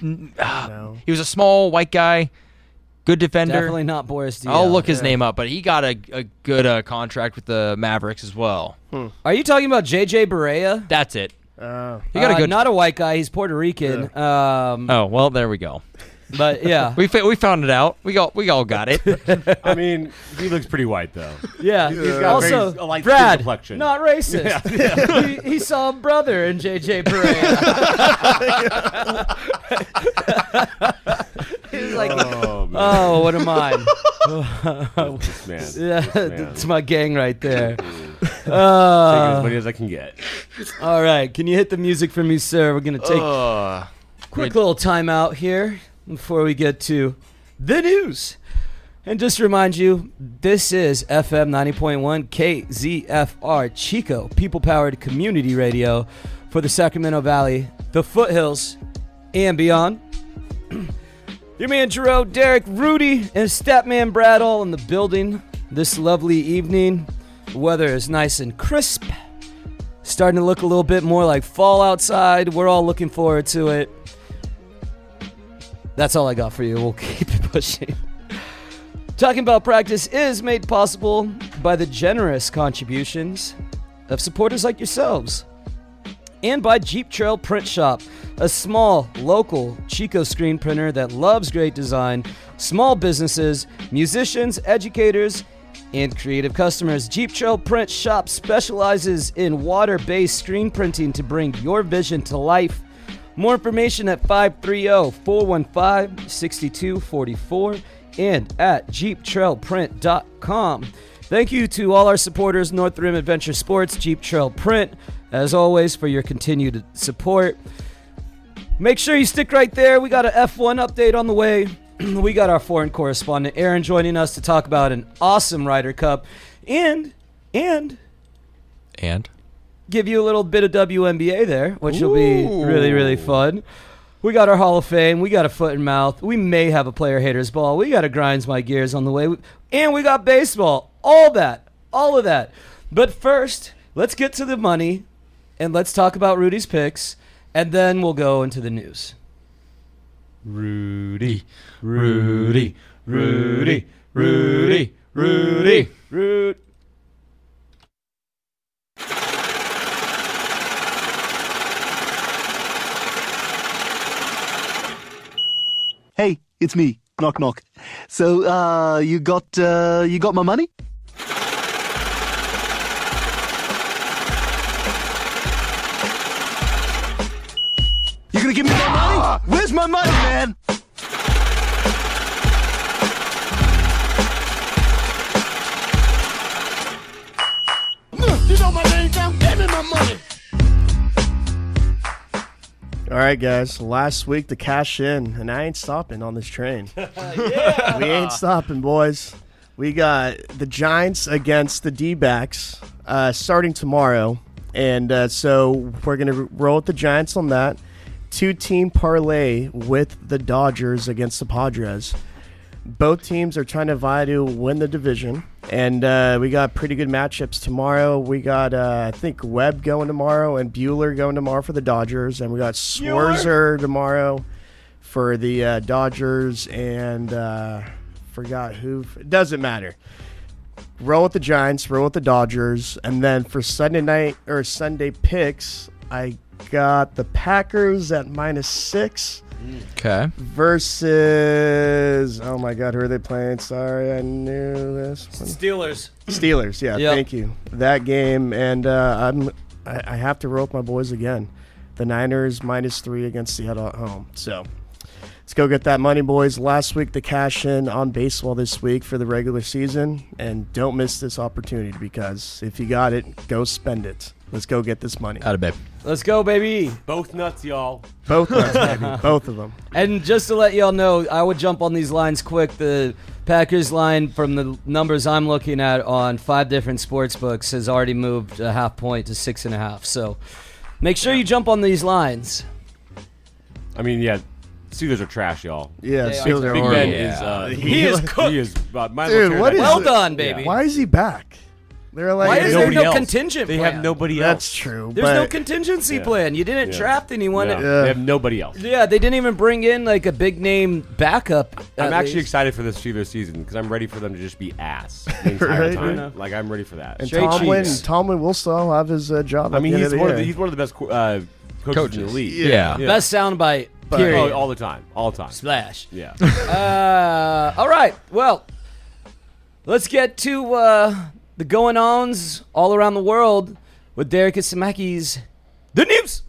No. He was a small white guy, good defender. definitely not Boris Diaw. I'll look his name up, but he got a, a good uh, contract with the Mavericks as well. Are you talking about JJ Barea? That's it. Uh, He got Uh, a good. Not a white guy. He's Puerto Rican. Um, oh well, there we go. but yeah, We fa- we found it out. We all we all got it. I mean, he looks pretty white though. yeah. got also, very light skin Brad, complexion. not racist. he, he saw a brother in JJ Barea. He's like, Oh man, Uh, oh, what am I? this man. Yeah, This man. it's my gang right there. Uh. Taking as many as I can get. All right, can you hit the music for me, sir? We're gonna take Uh, quick little timeout here before we get to the news. And just to remind you, this is FM 90.1 KZFR Chico, people powered community radio for the Sacramento Valley, the foothills, and beyond. Your man Jerome, Derek, Rudy, and Stepman Brad all in the building this lovely evening. The weather is nice and crisp. Starting to look a little bit more like fall outside. We're all looking forward to it. That's all I got for you. We'll keep it pushing. Talking about practice is made possible by the generous contributions of supporters like yourselves and by Jeep Trail Print Shop, a small, local Chico screen printer that loves great design, small businesses, musicians, educators, and creative customers. Jeep Trail Print Shop specializes in water based screen printing to bring your vision to life. More information at oh, 530 415 6244 and at jeeptrailprint.com. Thank you to all our supporters, North Rim Adventure Sports, Jeep Trail Print, as always, for your continued support. Make sure you stick right there. We got an F1 update on the way. we got our foreign correspondent Aaron joining us to talk about an awesome Ryder Cup and and And give you a little bit of WNBA there, which will be really, really fun. We got our Hall of Fame. We got a foot and mouth. We may have a player haters ball. We got a grinds my gears on the way. And we got baseball. All that. All of that. But first, let's get to the money and let's talk about Rudy's picks. And then we'll go into the news. Rudy, Rudy, Rudy, Rudy, Rudy. Root. Hey, it's me. Knock knock. So, uh, you got uh, you got my money? You gonna give me my money? Where's my money, man? All right, guys. Last week to cash in, and I ain't stopping on this train. We ain't stopping, boys. We got the Giants against the D backs uh, starting tomorrow. And uh, so we're going to roll with the Giants on that. Two team parlay with the Dodgers against the Padres. Both teams are trying to vie to win the division. And uh, we got pretty good matchups tomorrow. We got, uh, I think, Webb going tomorrow and Bueller going tomorrow for the Dodgers. And we got Swerzer tomorrow for the uh, Dodgers and uh, forgot who. It doesn't matter. Roll with the Giants, roll with the Dodgers, and then for Sunday night or Sunday picks, I got the Packers at minus six Okay. versus. Oh my God, who are they playing? Sorry, I knew this. One. Steelers. Steelers, yeah, Yep. thank you. That game, and uh, I'm I, I have to roll with my boys again. The Niners minus three against Seattle at home. So let's go get that money, boys. Last week the cash in on baseball this week for the regular season, and don't miss this opportunity because if you got it, go spend it. Let's go get this money. Out of bed. Let's go, baby. Both nuts, y'all. Both of them, baby. Both of them. And just to let y'all know, I would jump on these lines quick. The Packers line, from the numbers I'm looking at on five different sports books, has already moved a half point to six and a half. So make sure you jump on these lines. I mean, yeah, Steelers are trash, y'all. Yeah, They are- Steelers are Big horrible. Ben Yeah. is. Uh, He is cooked. He is. Uh, might as Dude, tear what that is down. Well done, baby. Why is he back? They're like, Why is there Nobody no else. contingent They plan? have nobody that's else. true. There's but no contingency Yeah. plan. You didn't Yeah. draft anyone. Yeah. Yeah. Yeah. They have nobody else. they didn't even bring in like a big name backup. I'm at actually least. excited for this Steelers season because I'm ready for them to just be ass the entire Right? time. Yeah. Like I'm ready for that. And Straight Tomlin, cheese. Tomlin will still have his uh, job. I mean, at the he's end of the one of year. the, he's one of the best co- uh, coaches, in the Coaches. league. Yeah. Yeah. Best soundbite. Oh, Period. all the time, all the time. Splash. Yeah, Uh, all right. Well, let's get to uh, the going ons all around the world with Derek Itsimakis. The news.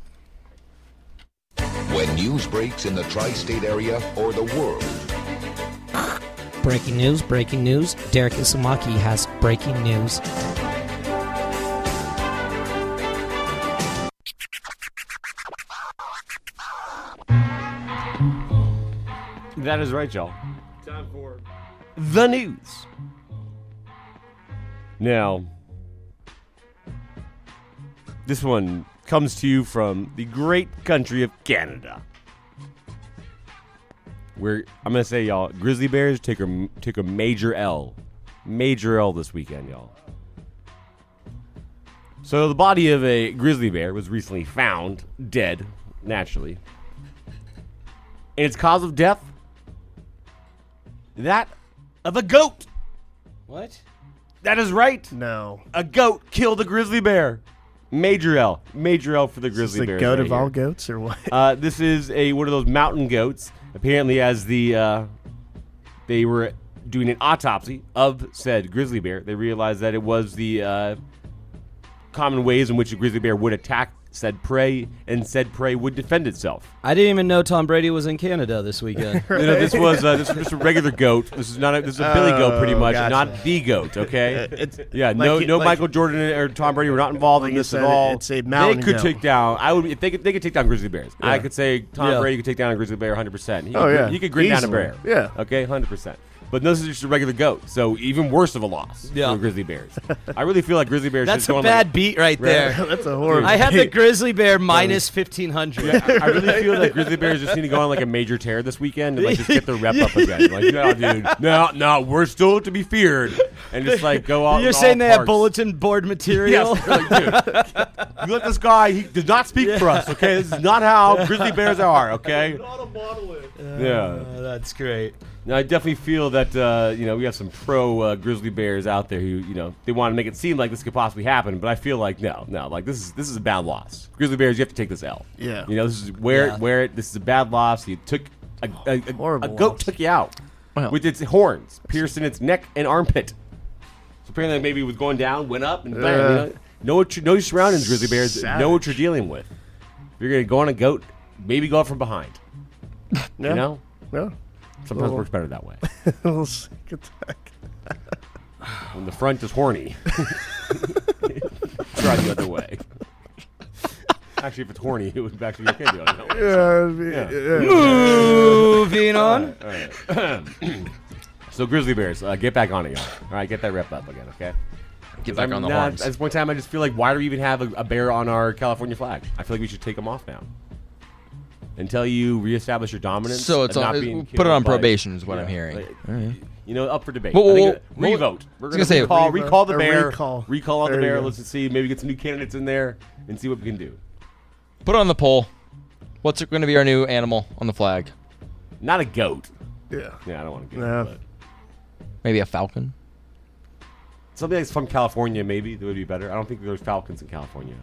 When news breaks in the tri state area or the world, Breaking news, breaking news. Derek Isamaki has breaking news. that is right, y'all. Time for the news. Now, this one comes to you from the great country of Canada, where I'm gonna say, y'all, grizzly bears took a took a major L, major L this weekend, y'all. So the body of a grizzly bear was recently found dead, naturally. And its cause of death? That of a goat. What? That is right. no. A goat killed a grizzly bear. Major L. Major L for the Is Grizzly the Bears. goat right of all here. goats or what? Uh, this is a one of those mountain goats. Apparently, as the uh, they were doing an autopsy of said grizzly bear, they realized that it was the uh, common ways in which a grizzly bear would attack said prey, and said prey would defend itself. I didn't even know Tom Brady was in Canada this weekend. You know, this was uh, this was just a regular goat. This is not a, this is a billy goat, pretty Oh, much, gotcha. not the goat. Okay, It's- yeah, like no, you- no, like- Michael Jordan or Tom Brady were not involved Like in you this at said, all. it's a mountain they could goat. take down. I would if they could. They could take down grizzly bears. I could say Tom Yeah. Brady could take down a grizzly bear 100. percent Oh, yeah. he could grin down a Easily. bear. Yeah. okay, 100. percent But this is just a regular goat, so even worse of a loss Yeah. for grizzly bears. I really feel like grizzly bears. That's just a going bad Like, beat right there. That's a horrible. I had the grizzly bear minus 1500. I really feel like grizzly bears just need to go on like a major tear this weekend and like just get their rep up again. Like, no, dude, no, no, we're still to be feared, and just like go out. You're in all saying they have parts. bulletin board material? Yes, like, dude, you let this guy. He does not speak for us. Okay, this is not how grizzly bears are. Okay. Yeah, Oh, that's great. now I definitely feel that uh, you know we have some pro uh, grizzly bears out there who you know they want to make it seem like this could possibly happen, but I feel like no, no, like this is this is a bad loss. Grizzly bears, you have to take this L. Yeah. you know this is where Yeah. it where it. This is a bad loss. You took a, a, a, Horrible a goat loss. took you out Wow. with its horns, piercing its neck and armpit. So apparently, maybe it was going down, went up, and bam. Yeah. you know, know what you, know your surroundings, grizzly bears. Know what Savage. you're dealing with. If you're gonna go on a goat, maybe go up from behind. yeah. You know, Yeah. sometimes it works better that way. Little sneak attack. When the front is horny, try the other way. Actually, if it's horny, it would actually be okay the other way. Yeah. Moving on. So, grizzly bears, uh, get back on it, y'all. All right, get that rep up again, okay? Get back I'm on the not- horns. At this point in time, I just feel like why do we even have a, a bear on our California flag? I feel like we should take them off now. Until you reestablish your dominance. So it's of on- not being put it killed on by- probation is what I'm hearing. like, You know, up for debate. Whoa, whoa, I think whoa. it- What- revote. We're I was gonna, gonna say- recall, recall the A bear, recall. on the There you beer. go. Let's see, maybe get some new candidates in there and see what we can do. Put it on the poll. What's going to be our new animal on the flag? Not a goat. Yeah. Yeah, I don't want to goat. No. But Maybe a falcon. something that's from California, maybe that would be better. I don't think there's falcons in California.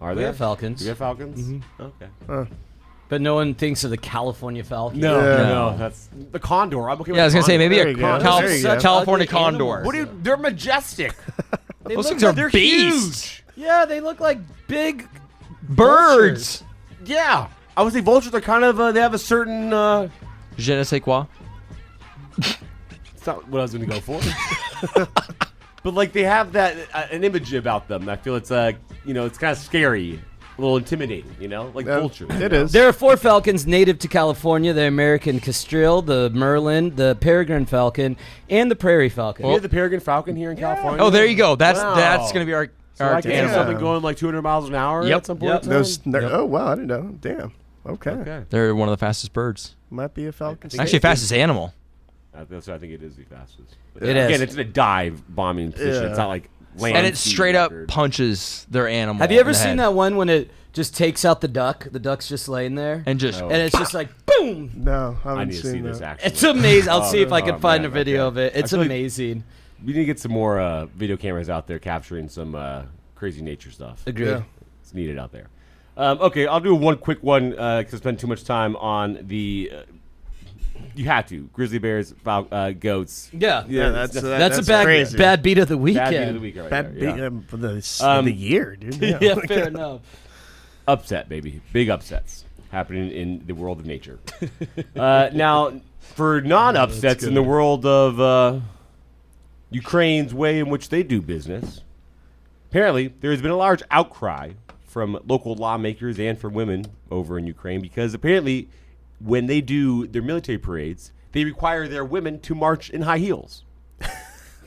Are We there have falcons. Do we have falcons? Mm-hmm. Okay. But no one thinks of the California Falcon. No, Yeah. no, that's the condor. I'm okay. with Yeah, I was going to the say maybe There a you go. Cal- There you go. Such ugly California condor. animals. What do you? They're majestic. Those things are they're beasts. huge. Yeah, they look like big. Birds. Yeah, I would say vultures are kind of. Uh, they have a certain. Uh, Je ne sais quoi. it's not what I was going to go for. but like they have that uh, an image about them. I feel it's uh, you know, it's kind of scary, a little intimidating. You know, like Uh, vultures. It is. There are four falcons native to California: the American Kestrel, the Merlin, the Peregrine Falcon, and the Prairie Falcon. You have the peregrine falcon here in California. Oh, there you go. That's Wow. that's going to be our, So our I can see animal. something going like 200 miles an hour Yep. at some point. Yep. in time? Those. there- Oh wow! I didn't know. Damn. Okay. Okay. They're one of the fastest birds. Might be a falcon. think- Actually, fastest animal. Uh, That's what I think it is the fastest. But It again, is. it's in a dive bombing position. Yeah. It's not like land. And it straight up or- punches their animal. Have you ever in the seen head. that one when it just takes out the duck? The duck's just laying there, And just No. and it's just like boom. No, I haven't I need to seen see this that. actually. It's amazing. I'll see if I Oh, can find man, a video okay. of it. It's I feel like amazing. We need to get some more uh, video cameras out there capturing some uh, crazy nature stuff. Agreed. Yeah. It's needed out there. Um, okay, I'll do one quick one because I spent too much time on the. Uh, you have to grizzly bears, fal- uh, goats. Yeah. Yeah, that's that's- that- That's, a bad crazy. bad beat of the weekend. Bad beat of the week right Bad there, yeah. beat um, for the s- Um, the year, dude. Yeah. Yeah, fair enough. upset, baby. Big upsets happening in the world of nature. uh, now, for non upsets in the world of uh, Ukraine's way in which they do business, apparently there has been a large outcry from local lawmakers and from women over in Ukraine because apparently when they do their military parades, they require their women to march in high heels.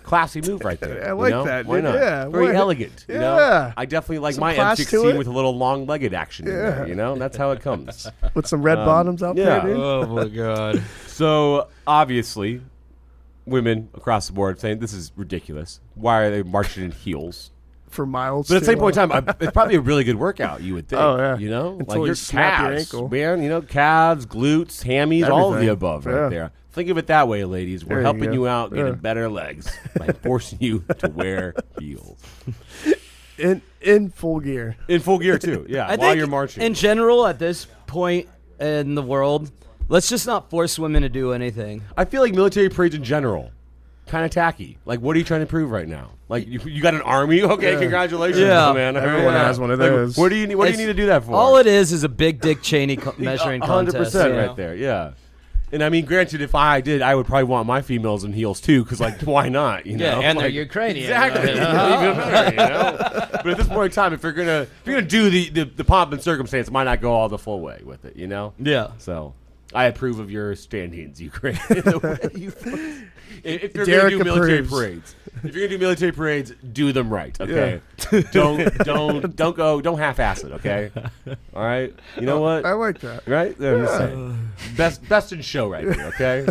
Classy move right there. I you like know? that, Why dude. not? Yeah, Very why- elegant. You know? Yeah. I definitely like Some my class to M16 it. with a little long-legged action. In there, Yeah. you know, that's how it comes. With some red bottoms out Um, yeah. there, dude. Oh my god. so obviously, women across the board saying this is ridiculous. Why are they marching in heels? For miles. But at the too. same point in time, I- it's probably a really good workout. You would think. Oh, yeah. You know, Until like you your snap your calves, ankle. man. You know, calves, glutes, hammies, all of the Everything. above, right Yeah. there. Think of it that way, ladies. We're There you helping go. you out Yeah. getting better legs by forcing you to wear heels. in in full gear. in full gear too. Yeah, I while think you're marching. In general, at this point in the world, let's just not force women to do anything. I feel like military parades in general, kind of tacky. Like, what are you trying to prove right now? Like, you, you got an army? Okay, congratulations, Yeah. man. Everyone has one of Like, those. what do you need? What do It's- you need to do that for? All it is is a big Dick Cheney co- measuring hundred contest. percent you know? right there. Yeah. And I mean, granted, if I did, I would probably want my females in heels too, because like, why not? You know? Yeah, and they're Like, Ukrainian. Exactly. Even better, you know? But at this point in time, if you're gonna if you're gonna do the, the the pomp and circumstance, why not go all the full way with it? You know? Yeah. So I approve of your standings, Ukraine. The way you folks- if if you're Derek going to do military approves. parades, if you're going to do military parades, do them right. Okay. don't don't don't go don't half-ass it. Okay. All right. You know what? I like that. Right? Yeah, I'm just saying. Best best in show right here. Okay.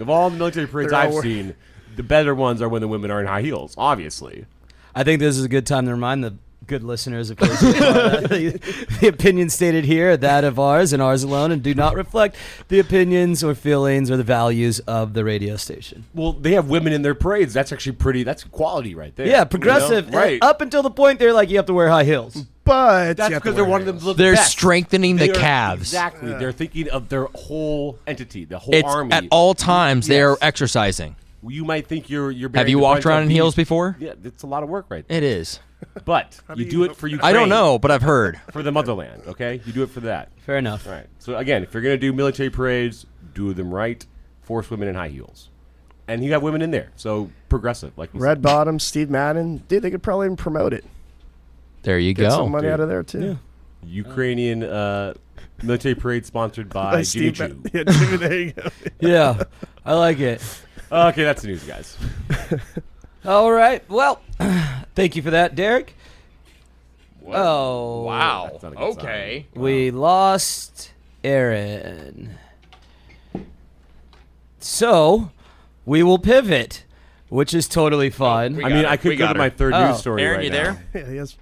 of all the military parades They're all I've wor- seen, the better ones are when the women are in high heels. Obviously. I think this is a good time to remind the good listeners of course, the, the opinions stated here are that of ours and ours alone and do not reflect the opinions or feelings or the values of the radio station. Well, they have women in their parades. That's actually pretty. That's quality right there. you Yeah, know? progressive. uh, Right. Up until the point they're like you have to wear high heels. That's But you have to because they're wear one of heels. them. the They're best. strengthening the They are- calves. Exactly. They're thinking of their whole entity, the whole It's army. at all times they are Yes. exercising. You might think you're you're. Have bearing you a walked bunch around of in heels bees. before? Yeah, it's a lot of work right there. It is. But you do it for Ukraine. I don't know, but I've heard. For the motherland, okay? You do it for that. Fair enough. All right. So again, if you're gonna do military parades, do them right. Force women in high heels, and you have women in there. So progressive, like we Red said. Bottom, Steve Madden, dude. They could probably even promote it. There you Get some go. money dude. out of there too. Ukrainian uh, military parade sponsored by Like Jimmy Steve Ma- Choo. yeah, Jimmy, there you go. Yeah. I like it. Okay, that's the news, guys. All right. Well, thank you for that, Derek. Oh. That's not a good sign. We lost Aaron. So, we will pivot, which is totally fine. I mean, got I her. could Oh, We go got to my her. third Oh. news story Aaron, right you now. there? Yeah, yes.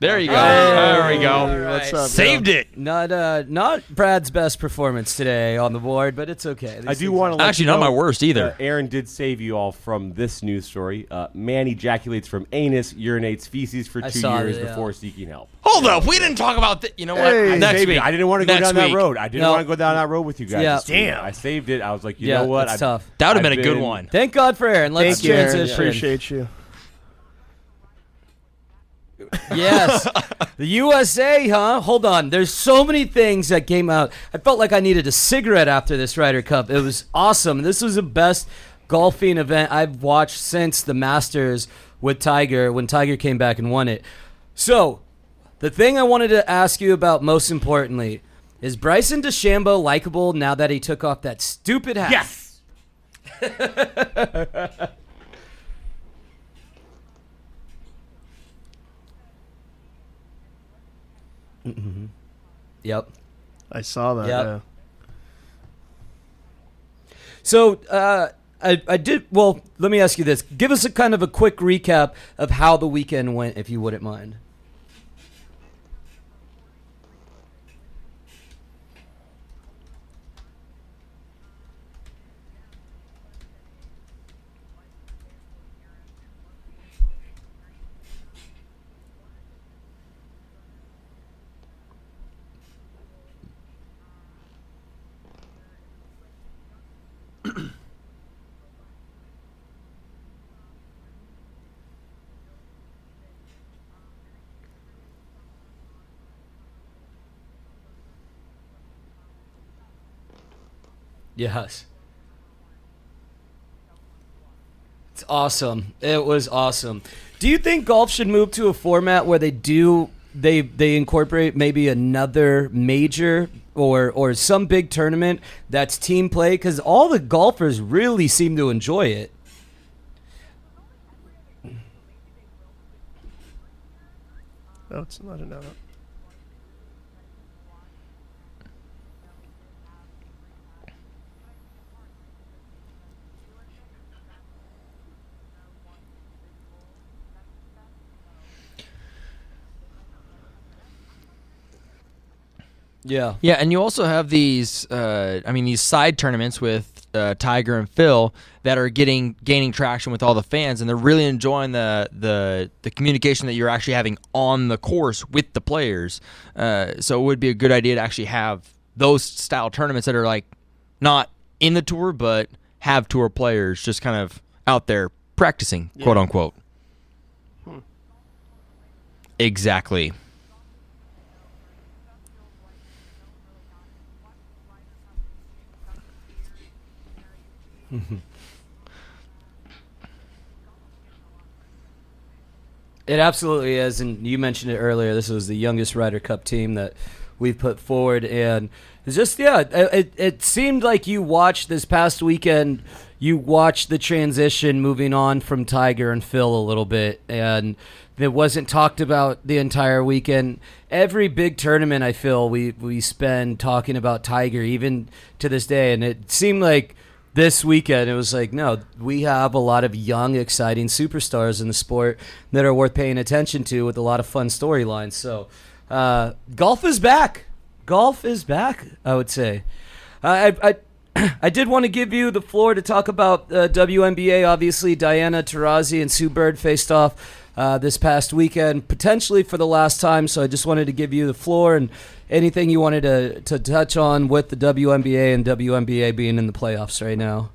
There you go. there we go. What's up? Saved it. Not uh, not Brad's best performance today on the board, but it's okay. I do want to let Actually, you not my know, worst Uh, either. Aaron did save you all from this news story. Uh, man ejaculates from anus, urinates feces for I two saw uh, years that, yeah. before seeking help. Hold up, we didn't talk about that. You know what? Hey. Next Saved it. week. I didn't want to go Next down that week. road. I didn't No. want to go down that road with you guys. Yeah. this week. Damn. I saved it. I was like, you Yeah, know what? it's I've- tough. That would have been I've a good been- one. Thank God for Aaron. Let's Thank you, Aaron. transition. Appreciate you. Yes. the USA, huh? Hold on. There's so many things that came out. I felt like I needed a cigarette after this Ryder Cup. It was awesome. This was the best golfing event I've watched since the Masters with Tiger when Tiger came back and won it. So, the thing I wanted to ask you about most importantly is Bryson DeChambeau likable now that he took off that stupid hat? Yes. Yep. I saw that. Yep. yeah. So uh, I, I did. Well, let me ask you this: Give us a kind of a quick recap of how the weekend went, if you wouldn't mind. Yes. It's awesome. It was awesome. Do you think golf should move to a format where they do they they incorporate maybe another major or or some big tournament that's team play cuz all the golfers really seem to enjoy it. Oh, it's not enough. Yeah. Yeah, and you also have these. Uh, I mean, these side tournaments with uh, Tiger and Phil that are getting gaining traction with all the fans, and they're really enjoying the the the communication that you're actually having on the course with the players. Uh, so it would be a good idea to actually have those style tournaments that are like not in the tour, but have tour players just kind of out there practicing, quote unquote. Exactly. It absolutely is, and you mentioned it earlier. This was the youngest Ryder Cup team that we've put forward, and it's just yeah, it, it it seemed like you watched this past weekend. You watched the transition moving on from Tiger and Phil a little bit, and it wasn't talked about the entire weekend. Every big tournament, I feel we we spend talking about Tiger, even to this day, and it seemed like this weekend it was like no we have a lot of young exciting superstars in the sport that are worth paying attention to with a lot of fun storylines so uh, golf is back golf is back i would say i i, I- I did want to give you the floor to talk about uh, WNBA. Obviously, Diana Taurasi and Sue Bird faced off uh, this past weekend, potentially for the last time. So I just wanted to give you the floor and anything you wanted to, to touch on with the WNBA and WNBA being in the playoffs right now.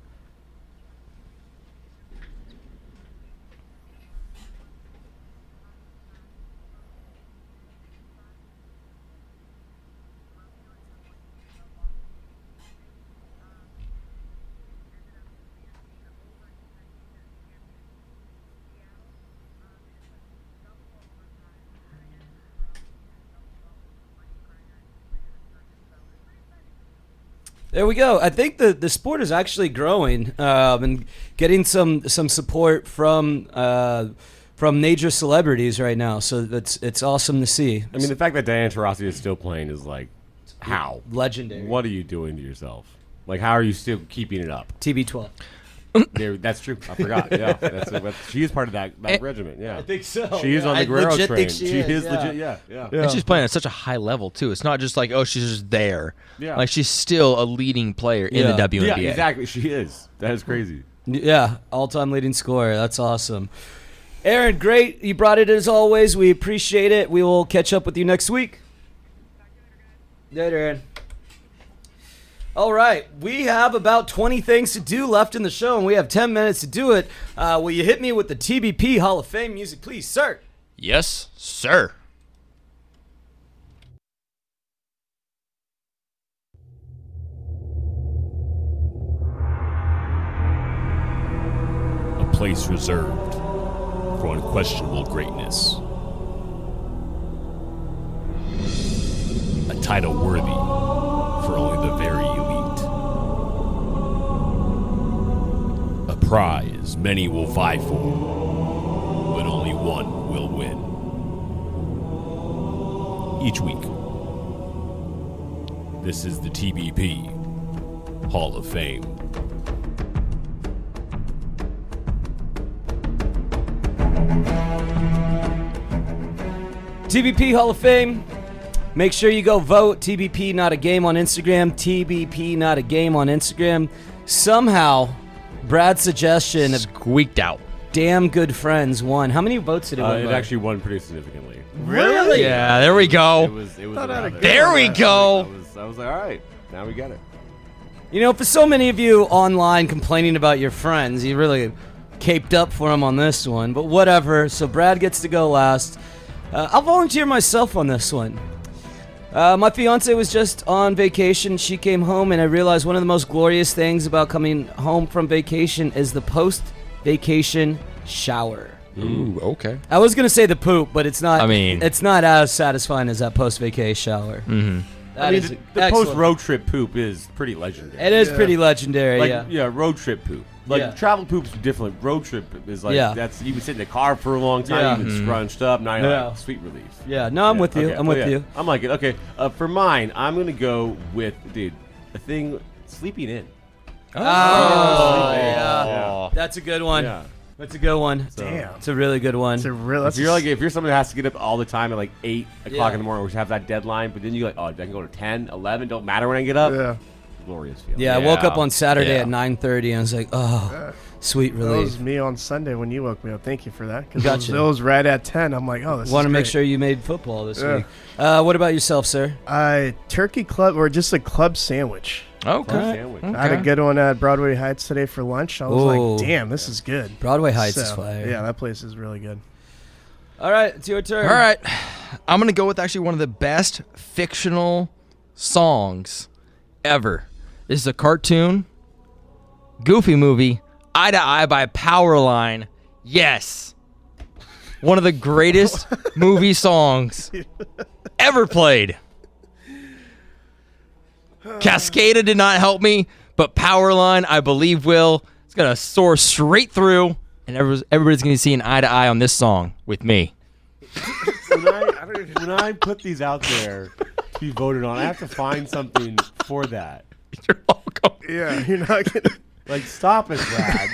There we go. I think the, the sport is actually growing um, and getting some some support from uh, from major celebrities right now. So that's it's awesome to see. I mean, the fact that Diana Taurasi is still playing is like, how? legendary. What are you doing to yourself? Like, how are you still keeping it up? TB12. There- that's true. I forgot. Yeah, that's, that's she is part of that, Eh. that regiment. Yeah, I think so. She is on the I Guerrero legit train. think she is, is yeah. legit. Yeah, yeah. And she's playing at such a high level too. It's not just like oh she's just there. Yeah. Like she's still a leading player in Yeah. the WNBA. Yeah, exactly. She is. That is crazy. Yeah, all-time leading scorer. That's awesome. Aaron, great. You brought it as always. We appreciate it. We will catch up with you next week. Later, Aaron. All right, we have about 20 things to do left in the show, and we have 10 minutes to do it. Uh, will you hit me with the TBP Hall of Fame music, please, sir? Yes, sir. a place reserved for unquestionable greatness. A title worthy for only the very elite. A prize many will vie for, but only one will win. Each week, this is the TBP Hall of Fame. TBP Hall of Fame. Make sure you go vote TBP Not a Game on Instagram. TBP Not a Game on Instagram. Somehow, Brad's suggestion of Squeaked out. damn good friends won. How many votes did it Uh, win? it by? actually won pretty significantly. really? Yeah, there we It go. was. It was. around there. There we I go. was, I was like, all right, now we get it. You know, for so many of you online complaining about your friends, you really caped up for them on this one. But whatever. So Brad gets to go last. Uh, I'll volunteer myself on this one. Uh, my fiance was just on vacation. She came home, and I realized one of the most glorious things about coming home from vacation is the post vacation shower. Ooh, okay. I was gonna say the poop, but it's not. I mean- it's not as satisfying as that post vacation shower. Mm-hmm. I mean, the, the post road trip poop is pretty legendary. It is pretty legendary. like yeah. road trip poop. Like Yeah. travel poop's different. Road trip is like Yeah. that's you can sit in the car for a long time, Yeah. Mm-hmm. you've been scrunched up, now you're Yeah. like sweet relief. Yeah, no, I'm Yeah, with you. okay, I'm oh, with yeah. you. I'm like it. Okay, uh, for mine, I'm gonna go with dude the thing sleeping in. Oh, Sleeping in. yeah. yeah. That's a good one. Yeah. That's a good one. Damn. It's a really good one. It's a real. If That's you're like if you're someone who has to get up all the time at like eight o'clock Yeah. in the morning, or have that deadline, but then you like oh I can go to 10, 11, don't matter when I get up. yeah. glorious feeling. Yeah, I woke up on Saturday at 9:30 and I was like, oh, sweet That relief. was me on Sunday when you woke me up. Thank you for that. Because Gotcha. it, was, it was right at 10. I'm like, oh, this Want is to make great. sure you made football this Yeah. week. Uh, what about yourself, sir? Uh, turkey club or just a club sandwich. Okay. Sandwich. I had a good one at Broadway Heights today for lunch. I was Ooh. like, damn, this is good. Broadway Heights is So, fire. Yeah, that place is really good. All right, it's your turn. All right. I'm going to go with actually one of the best fictional songs ever. This is a cartoon, goofy movie, Eye to Eye by Powerline. Yes. One of the greatest movie songs ever played. Cascada did not help me, but Powerline, I believe, will. It's going to soar straight through, and everybody's, everybody's going to see an eye to eye on this song with me. when I, I don't, when I put these out there to be voted on, I have to find something for that. You're welcome. Yeah, you're not gonna Like, stop it, Brad.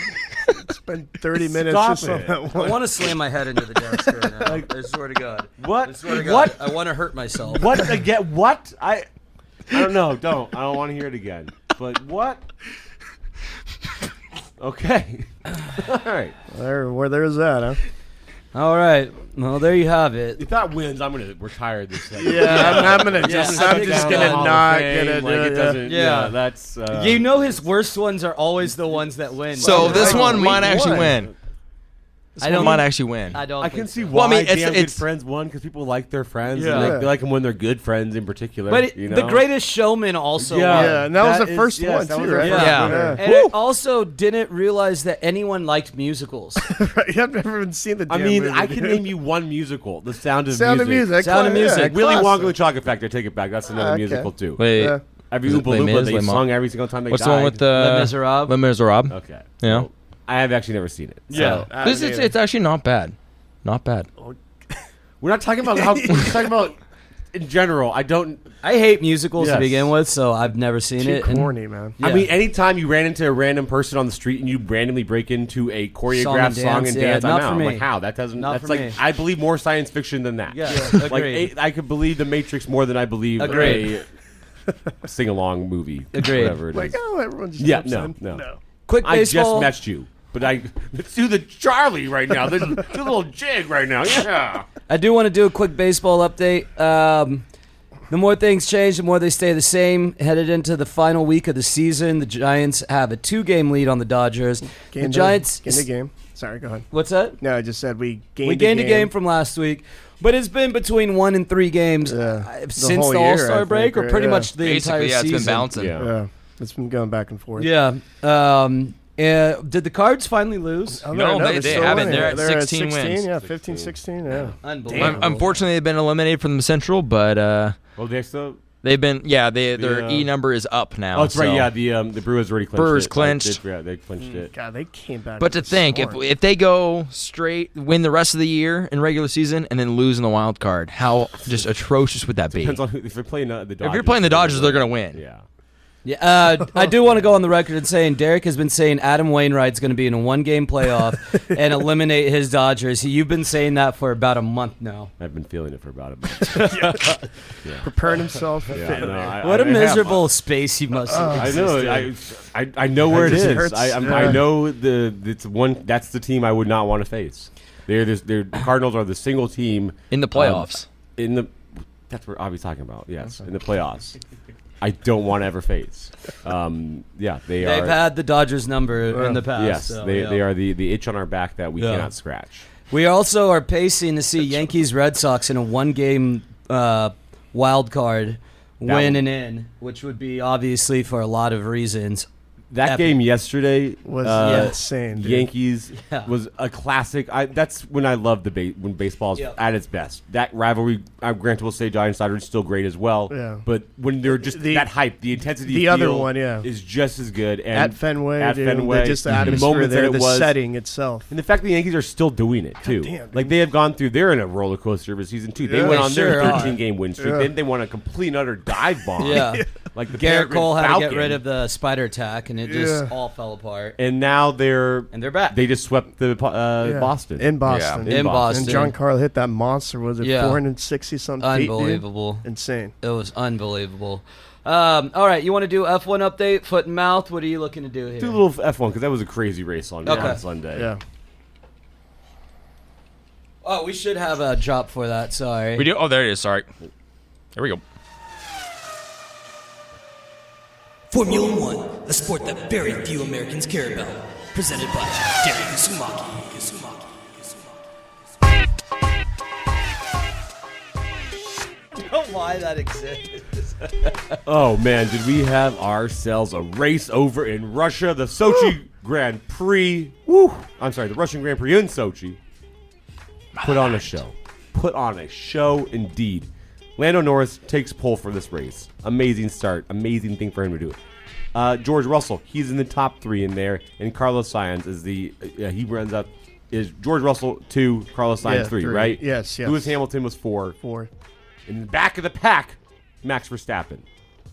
spend 30 minutes Stop just on it. that I one. want to slam my head into the desk right now. I swear to God. What? I swear to God. What? I want to hurt myself. What again? What? I I don't know. Don't. I don't want to hear it again. But what? Okay. All right. There, where there's that, huh? All right. Well, there you have it. If that wins, I'm gonna retire this. Thing. Yeah, I'm, I'm gonna just, I I'm think just so. gonna Hall of not gonna do like it it. yeah. doesn't. Yeah, Yeah. that's. Uh, You know his worst ones are always the ones that win. So Like, this like, one we might actually won. win. This I one don't- might actually win. I don't. I think can see so. why Well, I mean, damn it's- good it's- friends won because people like their friends. Yeah. And like, Yeah. they like them when they're good friends in particular. But you it, know? the Greatest Showman also Yeah. won. Yeah, and that, was That the is- first yes, one that was too, our right? first Yeah. winner. And it also didn't realize that anyone liked musicals. Right, I've never even seen the. I damn mean, movie, I can dude. name you one musical, The Sound of Sound of Music. Music. Sound of class- Music. yeah, Willy class- Wonka and the Chocolate Factory. Take it back. That's another Okay. musical too. Wait, Yeah. Every Is it Oompa Les Loompa Mis, they Les Mis? sung every single time they what's died. the one with the Les Miserables? Les Miserables. Okay. Yeah. So, I have actually never seen it. so- I This mean, it's, it's actually not bad. Not bad. We're not talking about how. we're talking about in general. I don't. I hate musicals Yes. to begin with, so I've never seen too it. and- corny, man. Yeah. I mean, anytime you ran into a random person on the street and you randomly break into a choreographed dance, song and yeah, dance, not I'm out. for I'm me. like, how? That doesn't. Not that's for like me. I believe more science fiction than that. Yeah, like agreed. I, I could believe the Matrix more than I believe Agreed. a sing along movie. Agreed. Whatever it is. Like, oh, everyone's just Yeah, upset. no, no. quick I just baseball. matched you. But I let's do the Charlie right now. This, this little jig right now. Yeah. I do want to do a quick baseball update. Um, the more things change, the more they stay the same. Headed into the final week of the season, the Giants have a two-game lead on the Dodgers. the Gained a- Giants. gained a game. Sorry, go ahead. What's that? No, I just said we gained. we gained a game from last week, but it's been between one and three games Yeah. uh, The since whole the year, All I Star think, break, or right? pretty Yeah. much the entire yeah, it's season. been bouncing. Yeah. yeah, it's been going back and forth. Yeah. Um, uh, did the Cards finally lose? Oh, they're- No, they- they're they still haven't. winning. They're at 16 wins. Yeah, 15, 16. Yeah. Unbelievable. Um, Unfortunately, they've been eliminated from the Central, but uh, Well, they still. they've been yeah. They, their uh, E number is up now. Oh, that's right. so- Yeah, the um, the Brewers already clinched. Brewers it. clinched. They, yeah, they clinched it. Mm, God, they came back. But to with a think, if, storm. if they go straight, win the rest of the year in regular season, and then lose in the wild card, how just atrocious would that be? Depends on who, if you're playing uh, the Dodgers. If you're playing the Dodgers, they're gonna win. Yeah. Yeah, uh, I do want to go on the record and saying Derek has been saying Adam Wainwright's going to be in a one-game playoff and eliminate his Dodgers. You've been saying that for about a month now. I've been feeling it for about a month. preparing himself for Yeah, failure. no, I- What I a have. Uh, miserable space he must. I have know. I, I, I know where it just is. hurts. I, I'm, Yeah. I know the it's one. That's the team I would not want to face. They're, this- they're the Cardinals are the single team In the um, playoffs. in the that's what I'll be talking about. Yes, in the playoffs. I don't want to ever face. Um, yeah, they They've are. had the Dodgers number in the past. yes, so, they, yeah. they are the, the itch on our back that we Yeah. cannot scratch. We also are pacing to see Yankees Red Sox in a one-game uh, wild card win one- and in, which would be obviously for a lot of reasons. That Epic. game yesterday was uh, insane. Dude. Yankees Yeah. was a classic. I, that's when I love the ba- when baseball's Yeah. at its best. That rivalry, I granted, will say Giants Dodgers is still great as well. Yeah. But when they're just The- that hype, the intensity, the other feel one, yeah. is just as good. And at Fenway, at dude, Fenway, the- just the Mhm. atmosphere moment that there, it the was, setting itself. and the fact that the Yankees are still doing it too. damn, dude. like they have gone through, they're in a roller coaster of a season too. They Yeah. went They on their sure are. 13 game win streak. Yeah. Then they won a complete and utter dive bomb. Yeah. like the Garrett Peregrine Cole had to get Falcon. rid of the spider attack, and it just Yeah. all fell apart. And now they're And they're back. They just swept the uh, Yeah. Boston in Boston, in Boston. and John Carl hit that monster. Was it Yeah. four hundred sixty something? Unbelievable. feet, dude? insane. It was unbelievable. Um, all right, you want to do F1 update, foot and mouth? What are you looking to do here? Do a little F1 because that was a crazy race on, Okay. on Sunday. Yeah. Oh, we should have a drop for that. Sorry. We do. Oh, there it is. Sorry. There we go. Formula One, a sport that very few Americans care about. Presented by Derek Uzumaki. Uzumaki. You know why that exists? Oh man, did we have ourselves a race over in Russia, the Sochi Grand Prix? Woo! I'm sorry, the Russian Grand Prix in Sochi. Put on a show. Put on a show indeed. Lando Norris takes pole for this race. Amazing start. Amazing thing for him to do. Uh, George Russell, he's in the top three in there, and Carlos Sainz is the uh, he runs up. Is George Russell two, Carlos Sainz Yeah, three, three. right? Yes, yes. Lewis Hamilton was four. Four. In the back of the pack, Max Verstappen.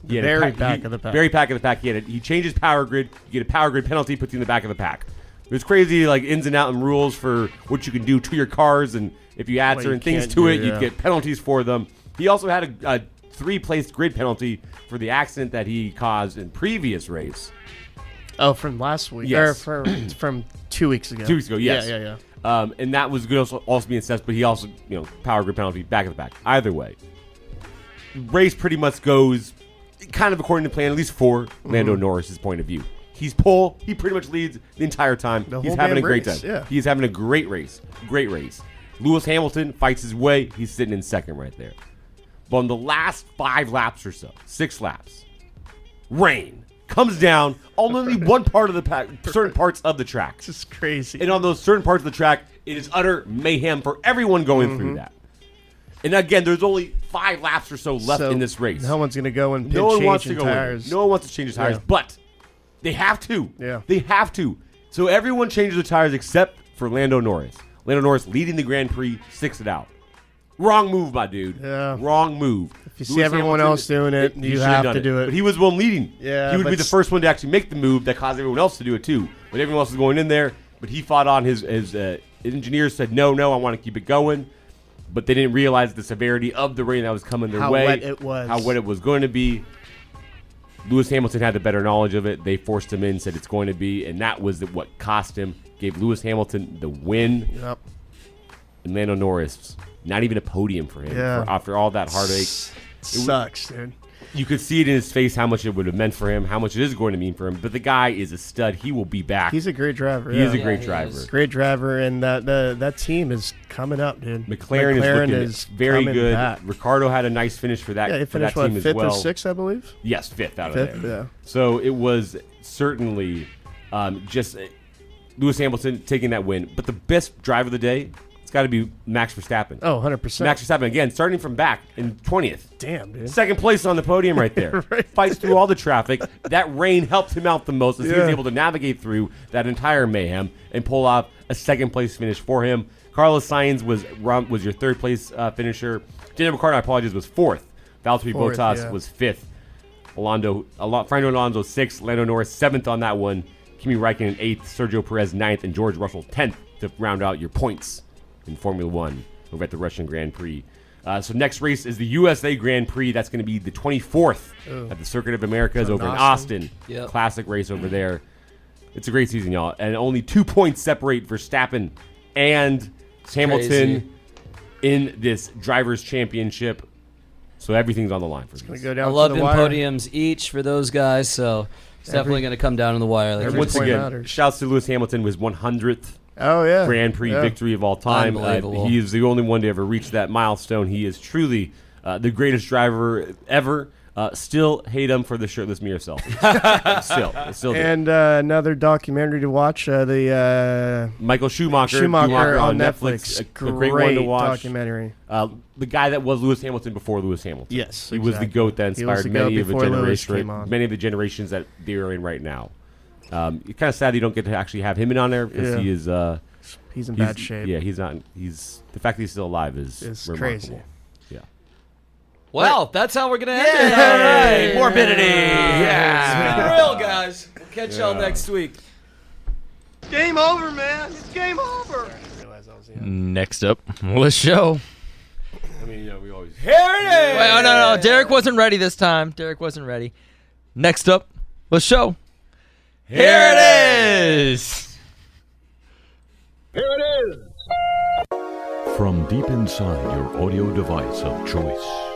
He had a very pa- back he- of the pack. Very back of the pack. He had a, he changes power grid. You get a power grid penalty, puts you in the back of the pack. There's crazy like ins and out and rules for what you can do to your cars, and if you add What you certain things can't to do, it, yeah. you get penalties for them. He also had a, a three place grid penalty for the accident that he caused in previous race. Oh, from last week. Or Yes. from, from two weeks ago. Two weeks ago, yes. Yeah, yeah, yeah. Um, and that was good also, also being assessed, but he also, you know, power grid penalty, back of the back. Either way, race pretty much goes kind of according to plan, at least for Mm-hmm. Lando Norris's point of view. He's pole. He pretty much leads the entire time. The He's whole having a damn great race, time. yeah. He's having a great race. Great race. Lewis Hamilton fights his way. He's sitting in second right there. But on the last five laps or so, six laps, rain comes down on only one part of the pack, certain parts of the track. This is crazy. And on those certain parts of the track, it is utter mayhem for everyone going through that. And again, there's only five laps or so left So, in this race. No one's going to go and pit No one wants to changing go. tires. Tires. No one wants to change his tires, Yeah. but they have to. Yeah. they have to. So everyone changes their tires except for Lando Norris. Lando Norris leading the Grand Prix, six it out. Wrong move, my dude. Yeah. Wrong move. If you see everyone else doing it, you have to do it. But he was the one leading. Yeah, He would but be the s- first one to actually make the move that caused everyone else to do it too. But everyone else was going in there. But he fought on. His his uh, engineers said, "No, no, I want to keep it going." But they didn't realize the severity of the rain that was coming their How way. wet it was. How wet it was going to be. Lewis Hamilton had the better knowledge of it. They forced him in, said it's going to be, and that was what cost him. Gave Lewis Hamilton the win. Yep. And Lando Norris, not even a podium for him Yeah. for- after all that heartache. Sucks, dude. You could see it in his face how much it would have meant for him, how much it is going to mean for him. But the guy is a stud. He will be back. He's a great driver. he yeah. is a great he driver. is. Great driver, and that the, that team is coming up, dude. McLaren, is looking very coming good. back. Ricardo had a nice finish for that. Yeah, they for that finished what team fifth as well. or sixth, I believe. Yes, fifth out Fifth, of there. yeah. So it was certainly um, just uh, Lewis Hamilton taking that win. But the best driver of the day, it's got to be Max Verstappen. Oh, 100 percent. Max Verstappen again, starting from back in twentieth. Damn, dude. Second place on the podium right there. Fights through all the traffic. That rain helped him out the most as he was Yeah. able to navigate through that entire mayhem and pull off a second place finish for him. Carlos Sainz was rom- was your third place uh, finisher. Daniel Ricciardo, I apologize, was fourth. Valtteri Fourth, Bottas yeah. was fifth. Alonso, Alon- Fernando Alonso sixth. Lando Norris seventh on that one. Kimi Räikkönen eighth. Sergio Perez ninth, and George Russell tenth to round out your points in Formula One over at the Russian Grand Prix. Uh, so next race is the USA Grand Prix. That's going to be the 24th at the Circuit of Americas over in Austin. Yep. Classic race over there. It's a great season, y'all. And only two points separate Verstappen and Hamilton crazy. in this Drivers' Championship. So everything's on the line for these. Gonna go down to the 11 wire. podiums each for those guys, so it's definitely going to come down to the wire. Like every- And once point again, matters. shouts to Lewis Hamilton with 100th Oh yeah. Grand Prix Yeah. victory of all time. Unbelievable. Uh, he is the only one to ever reach that milestone. He is truly uh, the greatest driver ever. Uh, still hate him for the shirtless mirror self. still, still. do. And uh, another documentary to watch. Uh, the uh, Michael Schumacher, Schumacher on Netflix. a, a great one to watch. documentary. Uh, the guy that was Lewis Hamilton before Lewis Hamilton. Yes, he was the exactly. goat that He was inspired the many goat of the before Lewis generation, came on. many of the generations that they are in right now. Um, it's kind of sad you don't get to actually have him in on there because Yeah. he is. Uh, He's in he's- bad shape. Yeah, he's not. He's the fact that he's still alive is It's remarkable. crazy. Yeah. well, that's how we're going to end it. All right. Morbidity. It's been real, guys. We'll catch y'all next week. Game over, man. It's game over. Next up, on the show. I mean, yeah, we always. Here it is. Wait, oh, no, no. Derek wasn't ready this time. Derek wasn't ready. Next up, let's show. Here it is. Here it is. From deep inside your audio device of choice,